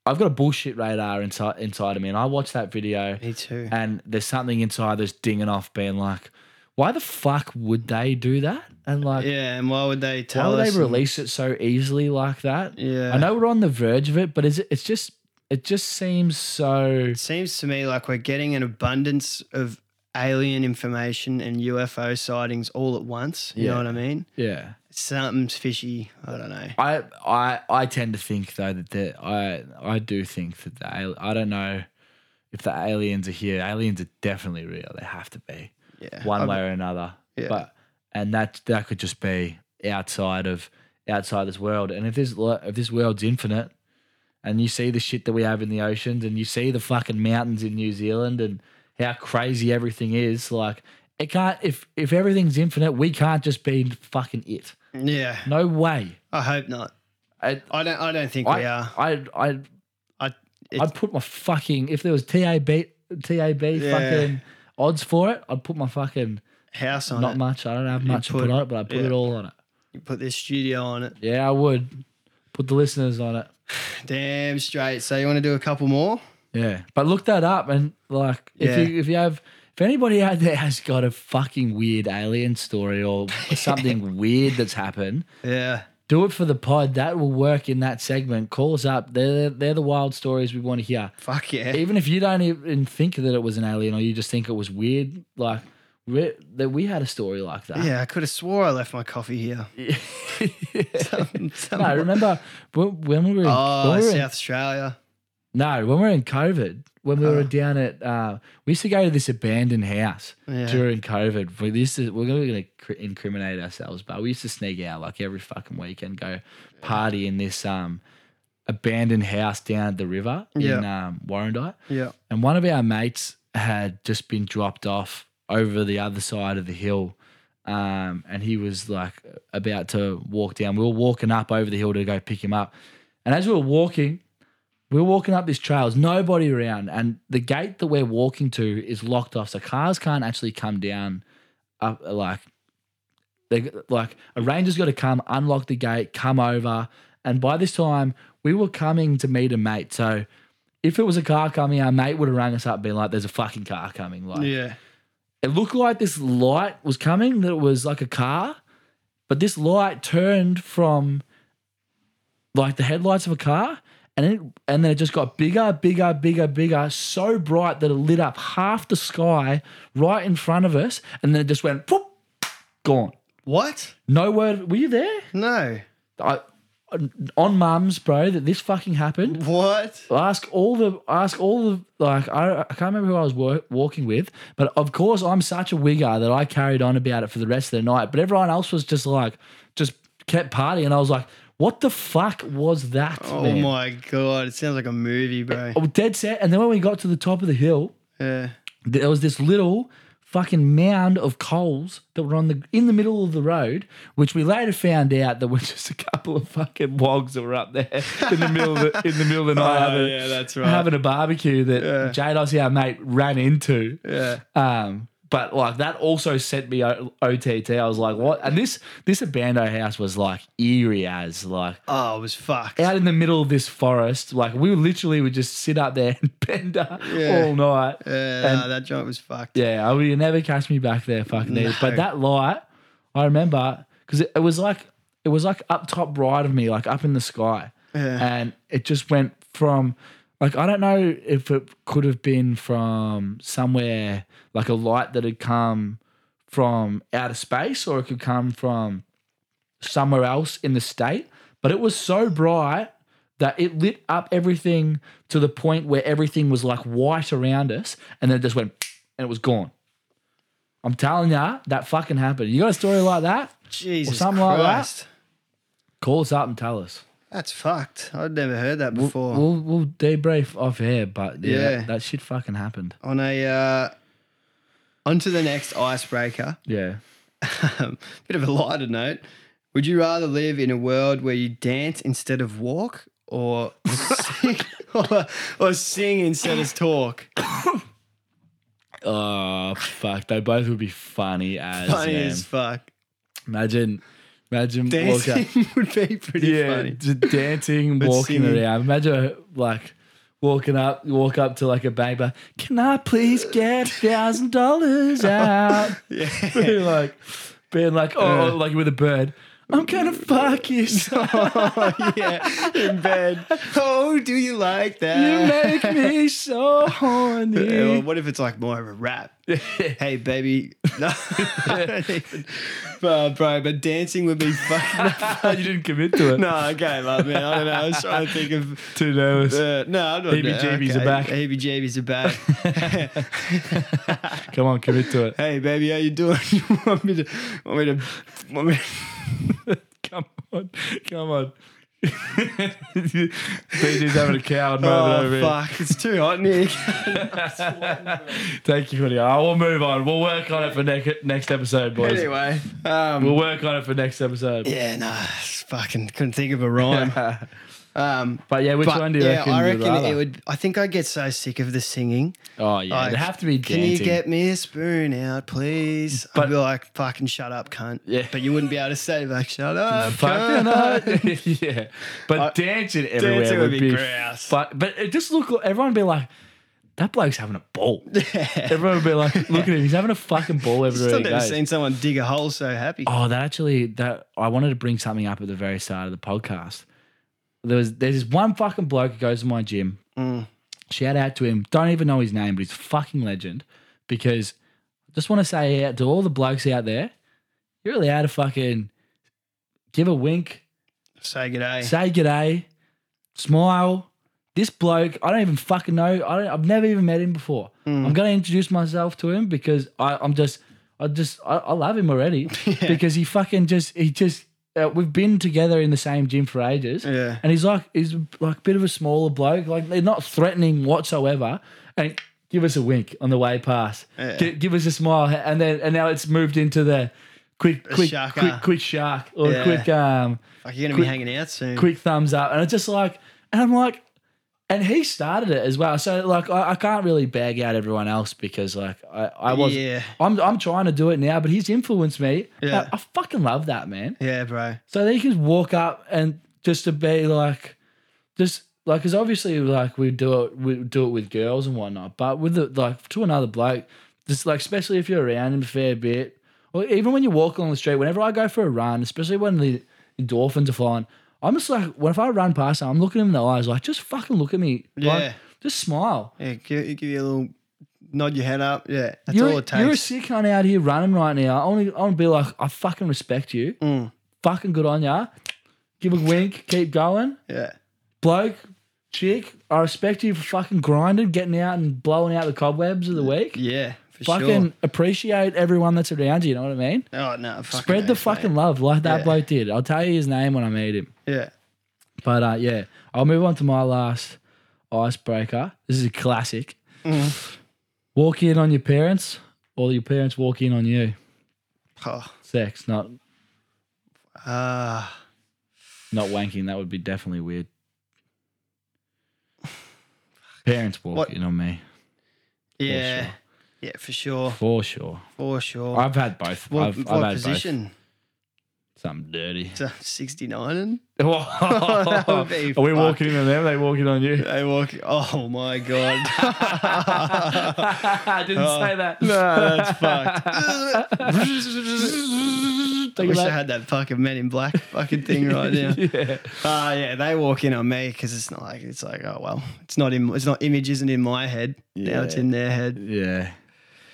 A: I've got a bullshit radar inside inside of me, and I watch that video,
B: Me too.
A: and there's something inside that's dinging off, being like, why the fuck would they do that? And like,
B: Yeah, and why would they tell
A: why would
B: us?
A: they
B: and-
A: release it so easily like that?
B: Yeah,
A: I know we're on the verge of it, but is it? It's just it just seems so.
B: It seems to me like we're getting an abundance of alien information and UFO sightings all at once. You
A: Yeah.
B: know what I mean?
A: Yeah.
B: Something's fishy. I don't know.
A: I I I tend to think though that the, I I do think that the al- I don't know if the aliens are here. Aliens are definitely real. They have to be
B: Yeah,
A: one
B: I've-
A: way or another.
B: Yeah.
A: But and that that could just be outside of outside this world. And if this lo- if this world's infinite, and you see the shit that we have in the oceans, and you see the fucking mountains in New Zealand, and how crazy everything is, like it can't. If if everything's infinite, we can't just be fucking it.
B: Yeah,
A: No way.
B: I hope not.
A: I-
B: I don't. I don't think we are.
A: I, I, I,
B: I- it's-
A: I'd put my fucking if there was tab tab
B: Yeah.
A: fucking odds for it. I'd put my fucking
B: House on
A: not
B: it.
A: much. I don't have much
B: put-
A: to put on it, but I put
B: yeah.
A: it all on it.
B: You put this studio on it.
A: Yeah, I would put the listeners on it.
B: Damn straight. So you want to do a couple more?
A: Yeah, but look that up and like
B: Yeah.
A: if you if you have if anybody out there has got a fucking weird alien story or something weird that's happened,
B: Yeah.
A: do it for the pod. That will work in that segment. Call us up. They're they're the wild stories we want to hear.
B: Fuck yeah.
A: even if you don't even think that it was an alien or you just think it was weird, like we that we had a story like that.
B: Yeah, I could have swore I left my coffee here.
A: no, remember when when we were in,
B: Oh,
A: when we were in-
B: South Australia.
A: no when we were in COVID when
B: Oh.
A: we were down at uh, we used to go to this abandoned house
B: Yeah.
A: during COVID. We used to we're going to incriminate ourselves, but we used to sneak out like every fucking weekend, go party in this um abandoned house down at the river in um, Warrandyte.
B: Yeah.
A: And one of our mates had just been dropped off over the other side of the hill. Um, and he was like about to walk down. We were walking up over the hill to go pick him up. And as we were walking, we were walking up this trail, there's nobody around. And the gate that we're walking to is locked off. So cars can't actually come down up like they like a ranger's got to come, unlock the gate, come over. And by this time, we were coming to meet a mate. So if it was a car coming, our mate would have rang us up, being like, "There's a fucking car coming." Like
B: Yeah.
A: it looked like this light was coming, that it was like a car, but this light turned from like the headlights of a car, and it and then it just got bigger, bigger, bigger, bigger, so bright that it lit up half the sky right in front of us, and then it just went poof, gone.
B: What?
A: No word. Were you there?
B: No.
A: I, on mums, bro, that this fucking happened.
B: What?
A: Ask all the ask all the like I, I can't remember who I was wor- walking with, but of course I'm such a wigger that I carried on about it for the rest of the night. But everyone else was just like just kept partying. And I was like, what the fuck was that?
B: Oh
A: man? Oh,
B: my god! It sounds like a movie, bro.
A: I was dead set. And then when we got to the top of the hill,
B: Yeah.
A: there was this little fucking mound of coals that were on the in the middle of the road, which we later found out that were just a couple of fucking wogs that were up there in the middle of the, in the middle of the night
B: Oh,
A: having,
B: yeah, that's right.
A: having a barbecue that
B: Yeah.
A: Jade Ossie, our mate, ran into.
B: Yeah.
A: Um, but like that also sent me o- OTT. I was like, what? And this this abando house was like eerie as like
B: Oh, it was fucked.
A: out in the middle of this forest. Like we literally would just sit up there and bend up
B: Yeah.
A: all night.
B: yeah,
A: and-
B: no, that joint was fucked.
A: Yeah, I would you never catch me back there, fucking either. But
B: No.
A: that light, I remember because it, it was like it was like up top right of me, like up in the sky,
B: Yeah.
A: and it just went from like I don't know if it could have been from somewhere like a light that had come from outer space, or it could come from somewhere else in the state. But it was so bright that it lit up everything to the point where everything was like white around us, and then it just went and it was gone. I'm telling you, that fucking happened. You got a story like that?
B: Jesus
A: something like that.
B: Christ.
A: Call us up and tell us.
B: That's fucked. I'd never heard that before.
A: We'll we'll debrief off air, but yeah,
B: Yeah.
A: That, that shit fucking happened.
B: On a uh, onto the next icebreaker.
A: Yeah.
B: Um, bit of a lighter note. Would you rather live in a world where you dance instead of walk, or sing, or, or sing instead of talk?
A: Oh fuck! They both would be funny as
B: Funny
A: man.
B: as fuck.
A: imagine, imagine walk out-
B: Dancing would be pretty
A: yeah,
B: funny.
A: just dancing,
B: But
A: walking
B: singing.
A: around. Imagine like walking up, you walk up to like a banker. Can I please get thousand dollars out?
B: Yeah. Uh.
A: Being like, being like, oh, like with a bird. I'm gonna fuck you. son.
B: Oh, yeah, in bed. Oh, do you like
A: You
B: that?
A: make me so
B: Yeah, well,
A: horny.
B: what if it's like more of a rap? hey, baby. No, I don't even. Well, bro, but dancing would be fucking.
A: you didn't commit to it.
B: no, okay, love man. I don't know. I was trying to think of.
A: Too nervous.
B: Uh, no, I'm not.
A: Heebie-jeebies are back.
B: Heebie jeebies are back.
A: Come on, commit to it.
B: hey, baby, how you doing? You want me to? Want me to? Want me
A: Come on, come on. BD's having a coward moment over
B: oh
A: here.
B: fuck! It's too hot, Nick.
A: Thank you for the. I we'll move on. We'll work on it for next next episode, boys.
B: anyway, um,
A: We'll work on it for next episode.
B: yeah, no, fucking couldn't think of a rhyme. um,
A: But yeah, which
B: but
A: one do you
B: yeah,
A: reckon?
B: I
A: you'd
B: reckon
A: rather?
B: it would. I think I get so sick of the singing.
A: Oh yeah,
B: Like,
A: they have to be.
B: Can you get me a spoon out, please?
A: But-
B: I'd be like, fucking shut up, cunt.
A: Yeah.
B: But you wouldn't be able to say like, shut up,
A: Fucking
B: cunt.
A: hell. yeah, but
B: I-
A: dancing everywhere
B: Uh, dancing
A: would
B: would
A: be
B: be gross.
A: fu- but it just look. Everyone would be like, "That bloke's having a ball." Everyone would be like, "Look at him. He's having a fucking ball everywhere
B: I've
A: he
B: never
A: goes."
B: seen someone dig a hole so happy.
A: Oh, that actually that I wanted to bring something up at the very start of the podcast. There was there's this one fucking bloke who goes to my gym. Shout out to him. Don't even know his name, but he's a fucking legend. Because I just want to say out to all the blokes out there, you're really out of fucking give a wink,
B: Say good day.
A: say g'day, smile. This bloke, I don't even fucking know. I don't, I've never even met him before.
B: Hmm.
A: I'm gonna introduce myself to him because I, I'm just, I just, I, I love him already because he fucking just, he just, uh, we've been together in the same gym for ages.
B: Yeah.
A: And he's like, he's like a bit of a smaller bloke. Like they're not threatening whatsoever. And give us a wink on the way past.
B: Yeah.
A: Gi- give us a smile. And then, and now it's moved into the quick, quick,
B: sharker.
A: quick, quick shark or
B: Yeah.
A: quick, um,
B: Like you're gonna
A: Quick-
B: be hanging out soon.
A: quick thumbs up. And it's just like, and I'm like, and he started it as well. So like, I, I can't really bag out everyone else because like I, I was,
B: Yeah.
A: I'm, I'm trying to do it now, but he's influenced me.
B: Yeah.
A: I, I fucking love that man.
B: Yeah, bro.
A: So they can walk up and just to be like, just like, cause obviously like we do it, we do it with girls and whatnot, but with the, like to another bloke, just like, especially if you're around him a fair bit, or even when you walk along the street, whenever I go for a run, especially when the endorphins are flying, I'm just like, when if I run past him, I'm looking him in the eyes, like, just fucking look at me. Like,
B: Yeah.
A: just smile.
B: Yeah, give, give you a little nod your head up. Yeah, that's
A: you're,
B: all it takes.
A: you're a sick cunt out here running right now. I only, I want to be like, I fucking respect you.
B: Mm.
A: Fucking good on ya. Give a wink, keep going.
B: yeah.
A: bloke, chick, I respect you for fucking grinding, getting out and blowing out the cobwebs of the week.
B: Yeah, for
A: fucking
B: sure.
A: appreciate everyone that's around you. You know what I mean?
B: Oh no, fucking
A: Spread the
B: oath,
A: fucking
B: mate.
A: love like that
B: Yeah.
A: bloke did. I'll tell you his name when I meet him.
B: Yeah.
A: But uh, yeah, I'll move on to my last
B: Mm.
A: icebreaker. This is a classic. Walk in on your parents or your parents walk in on you.
B: Oh,
A: Sex, not
B: uh,
A: not wanking. That would be definitely weird. Parents walk
B: What-
A: in on me
B: yeah.
A: sure.
B: Yeah, for sure.
A: for sure.
B: For sure.
A: I've had both.
B: what
A: I've, I've
B: what
A: had both.
B: position?
A: Something dirty.
B: So 69 and That
A: Are
B: would Oh, be
A: we
B: fucked.
A: walking in on them? They walking on you?
B: they walk. Oh my God.
A: I didn't say that.
B: Oh, no, that's fucked.
A: Take
B: Wish
A: that.
B: I had that fucking Men in Black fucking thing right now.
A: yeah.
B: Ah, yeah, they walk in on me because it's not like it's like oh well, it's not in, it's not image isn't in my head. Now it's
A: Yeah.
B: in their head.
A: Yeah.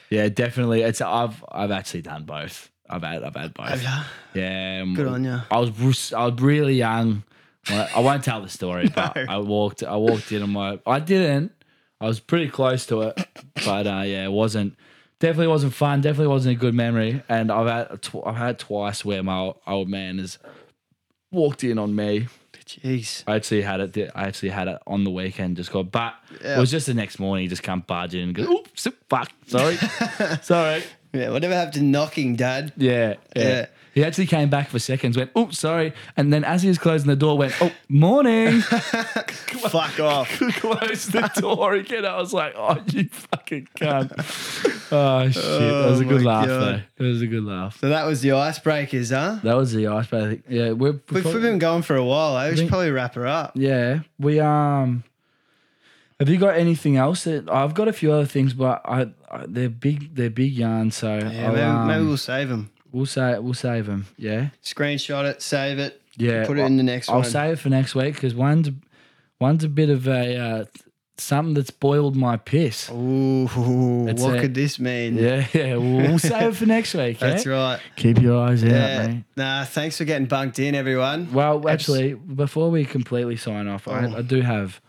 A: Yeah, definitely. It's I've I've actually done both. I've had I've had both.
B: Have ya?
A: Yeah. um,
B: Good on ya.
A: I was brus- I was really young. When I, I won't tell the story, but I walked I walked in on my I didn't. I was pretty close to it, but uh, yeah, it wasn't. Definitely wasn't fun. Definitely wasn't a good memory. And I've had tw- I've had twice where my old man has walked in on me.
B: Jeez.
A: I actually had it. I actually had it on the weekend. Just got, but it was just the next morning. He just come barge in and go, oops, fuck, sorry, sorry.
B: Yeah, whatever happened to knocking, Dad?
A: Yeah, yeah,
B: Yeah.
A: He actually came back for seconds. Went, oops, sorry, and then as he was closing the door, went, oh, morning.
B: Fuck off.
A: Closed the door again. I was like, oh, you fucking cunt. Oh shit, that was a
B: Oh,
A: good
B: my
A: laugh
B: God.
A: though. It was a good laugh.
B: So that was the icebreakers, huh?
A: That was the ice bath. Yeah, we're, we're
B: We've,
A: probably-
B: we've been going for a while. I should
A: think-
B: probably wrap her up.
A: Yeah, we um. Have you got anything else? That I've got a few other things, but I, I they're big. They're big yarns, so
B: Yeah,
A: I'll,
B: maybe,
A: um,
B: maybe we'll save them.
A: we'll say we'll save them. Yeah,
B: Screenshot it, save it,
A: yeah.
B: put it in the next
A: I'll
B: one.
A: save it for next week because one's one's a bit of a uh, something that's boiled my piss.
B: Oh. Ooh,
A: It's
B: what
A: a-
B: could this mean?
A: Yeah, yeah. We'll, we'll save it for next week. Yeah?
B: That's right.
A: Keep your eyes out,
B: Yeah.
A: mate.
B: Nah, thanks for getting bunked in, everyone.
A: Well,
B: Abs-
A: actually, before we completely sign off, I,
B: Oh.
A: I do have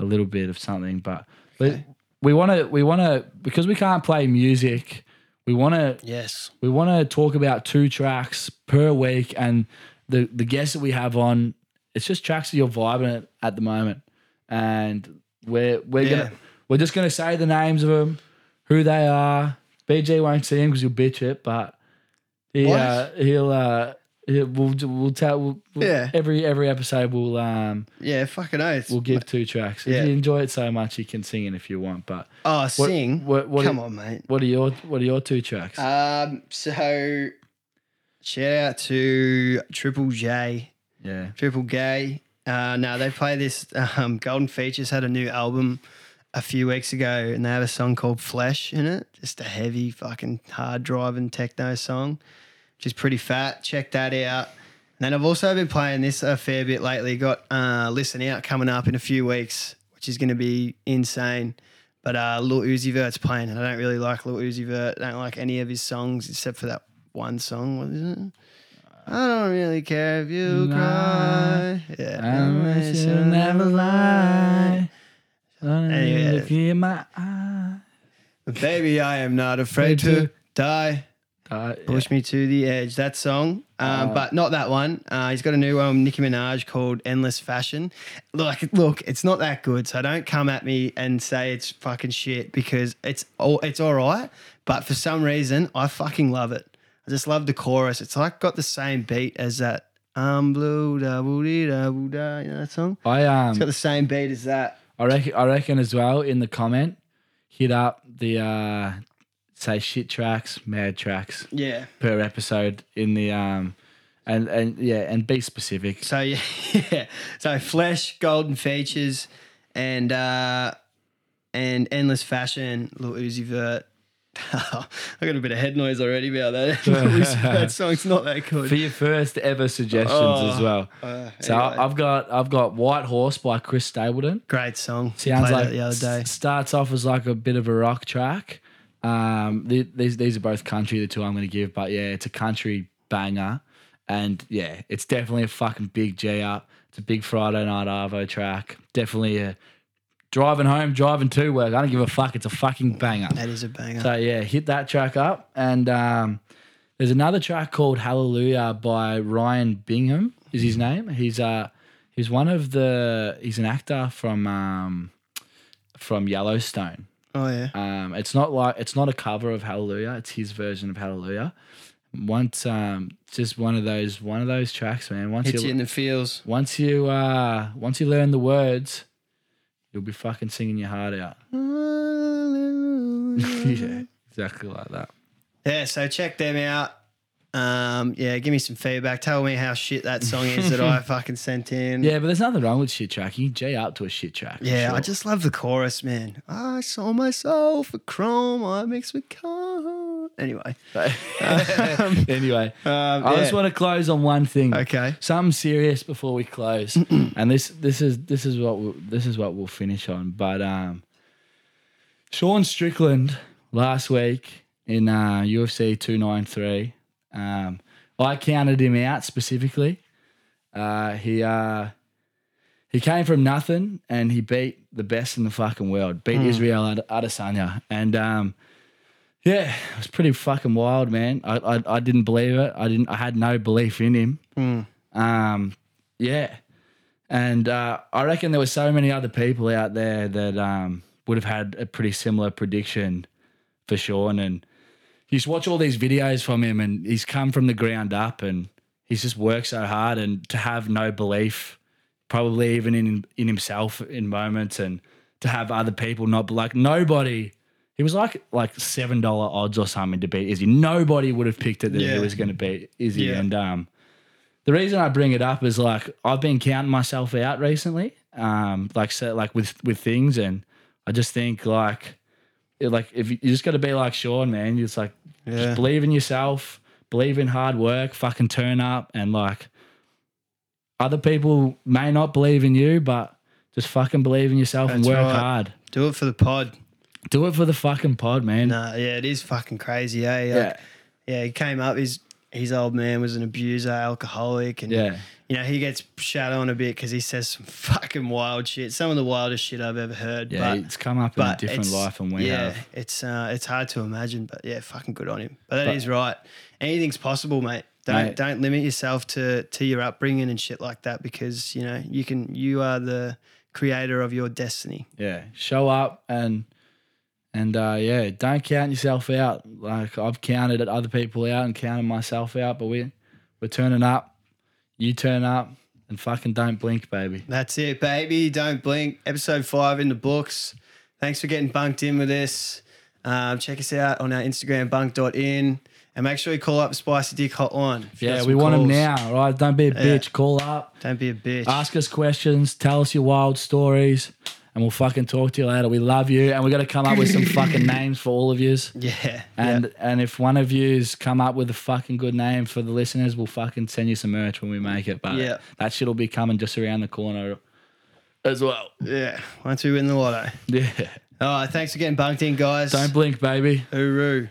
A: a little bit of something, but we want to we want to because we can't play music. We want to
B: Yes.
A: we want to talk about two tracks per week, and the the guests that we have on, it's just tracks that you're vibing at, at the moment, and we're we're
B: Yeah.
A: gonna we're just gonna say the names of them, who they are. BJ won't see him because he'll bitch it, but he
B: What?
A: uh, he'll. Uh, he'll- We'll do- we'll tell we'll, we'll-
B: Yeah.
A: every every episode we'll um
B: Yeah, fucking oath.
A: we'll give two tracks.
B: Yeah.
A: If you enjoy it so much, you can sing it if you want. But
B: Oh,
A: what,
B: sing.
A: What, what,
B: Come
A: are,
B: on, mate.
A: What are your what are your two tracks?
B: Um, so shout out to Triple J,
A: yeah,
B: Triple Gay. Uh, no, they play this. Um, Golden Features had a new album a few weeks ago, and they have a song called Flesh in it. Just a heavy, fucking hard driving techno song, which is pretty fat. Check that out. And then I've also been playing this a fair bit lately. Got uh, Listen Out coming up in a few weeks, which is going to be insane. But uh, Lil Uzi Vert's playing, and I don't really like Lil Uzi Vert. I don't like any of his songs except for that one song. What is it? I don't really care if you
A: Lie.
B: cry. Yeah,
A: I should never lie.
B: Anyway.
A: Look in my eye.
B: Baby, I am not afraid to die.
A: Uh,
B: Push me to the edge. That song, um, but not that one. Uh, he's got a new one, with Nicki Minaj, called "Endless Fashion." Look, look, it's not that good. So don't come at me and say it's fucking shit because it's all it's all right. But for some reason, I fucking love it. I just love the chorus. It's like got the same beat as that. I'm blue, da woo dee da woo da. You know that song?
A: I
B: It's got
A: um,
B: the same beat as that.
A: I reckon, I reckon as well. In the comment, hit up the uh, say shit tracks, mad tracks
B: Yeah.
A: per episode in the um, and and yeah, and be specific.
B: So yeah, yeah. So flesh, golden features, and uh and endless fashion, little Uzi Vert. I got a bit of head noise already about that. Lil Uzi Vert song's not that
A: For
B: good.
A: your first ever suggestions
B: Oh,
A: as well.
B: uh,
A: so
B: anyway.
A: I've got I've got White Horse by Chris Stapleton.
B: Great song.
A: Sounds
B: Played
A: like
B: that the other day.
A: s- starts off as like a bit of a rock track. Um, the- these these are both country, the two I'm going to give, but yeah, it's a country banger, and yeah, it's definitely a fucking big G up. It's a big Friday night Arvo track. Definitely a driving home, driving to work. I don't give a fuck. It's a fucking banger.
B: That is a banger.
A: So yeah, hit that track up. And um, there's another track called Hallelujah by Ryan Bingham is his
B: Mm-hmm.
A: name. He's uh he's one of the he's an actor from um, from Yellowstone.
B: Oh yeah.
A: Um, it's not like it's not a cover of Hallelujah. It's his version of Hallelujah. Once, um, just one of those one of those tracks, man. Once
B: Hits
A: you
B: you in the feels.
A: once you uh once you learn the words, you'll be fucking singing your heart out.
B: Mm-hmm.
A: yeah, exactly like that.
B: Yeah, so check them out. Um, yeah, give me some feedback. Tell me how shit that song is that I fucking sent in.
A: Yeah, but there's nothing wrong with shit track. You can G up to a shit track. for
B: Yeah, I
A: sure.
B: just love the chorus, man. I saw myself a chrome, I mixed with car. Anyway. Um,
A: anyway,
B: um,
A: I just
B: yeah.
A: want to close on one thing.
B: Okay.
A: Something serious before we close, and this this is this is what we'll, this is what we'll finish on. But um, Sean Strickland last week in uh, UFC two nine three, um, I counted him out specifically. Uh, he uh, he came from nothing and he beat the best in the fucking world. Beat Israel Ad- Adesanya and um, yeah, it was pretty fucking wild, man. I, I I didn't believe it. I didn't. I had no belief in him. Um, yeah, and uh, I reckon there were so many other people out there that um, would have had a pretty similar prediction for Sean. And you just watch all these videos from him, and he's come from the ground up, and he's just worked so hard, and to have no belief, probably even in in himself in moments, and to have other people not be like nobody. He was like like seven dollar odds or something to beat Izzy. Nobody would have picked it that
B: Yeah.
A: he was going to beat Izzy,
B: Yeah.
A: and um, the reason I bring it up is like I've been counting myself out recently, um, like so, like with with things, and I just think like, it- like if you, you just got to be like Sean, man, you just like
B: Yeah.
A: just believe in yourself, believe in hard work, fucking turn up, and like other people may not believe in you, but just fucking believe in yourself and
B: That's
A: work
B: right.
A: hard.
B: Do it for the pod.
A: Do it for the fucking pod, man.
B: Nah, yeah, it is fucking crazy, eh? Like,
A: yeah,
B: Yeah, he came up. His his old man was an abuser, alcoholic, and
A: yeah,
B: you know he gets shat on a bit because he says some fucking wild shit. Some of the wildest shit I've ever heard.
A: yeah.
B: but,
A: it's come up in a
B: but
A: different
B: it's-
A: life than we
B: yeah,
A: have.
B: it's uh, it's hard to imagine, but yeah, fucking good on him. But that is
A: But-
B: right. Anything's possible, mate. Don't
A: Mate.
B: don't limit yourself to to your upbringing and shit like that because you know you can you are the creator of your destiny.
A: yeah show up and and uh yeah don't count yourself out like i've counted other people out and counted myself out but we we're turning up you turn up and fucking don't blink baby
B: That's it, baby. Don't blink. Episode five in the books. Thanks for getting bunked in with us. Um, check us out on our Instagram, bunk.in. And make sure you call up Spicy Dick Hotline. if you got
A: yeah
B: some
A: we want them
B: calls.
A: now right don't be a bitch call up
B: Don't be a bitch.
A: ask us questions tell us your wild stories and we'll fucking talk to you later we love you and we're going to come up with some fucking names for all of yous
B: Yeah.
A: and and if one of yous come up with a fucking good name for the listeners, we'll fucking send you some merch when we make it. But
B: Yeah.
A: that shit'll be coming just around the corner as well.
B: yeah. Yeah. Once we win the lotto.
A: Yeah.
B: All right. Thanks for getting bunked in, guys.
A: Don't blink, baby.
B: Hooroo.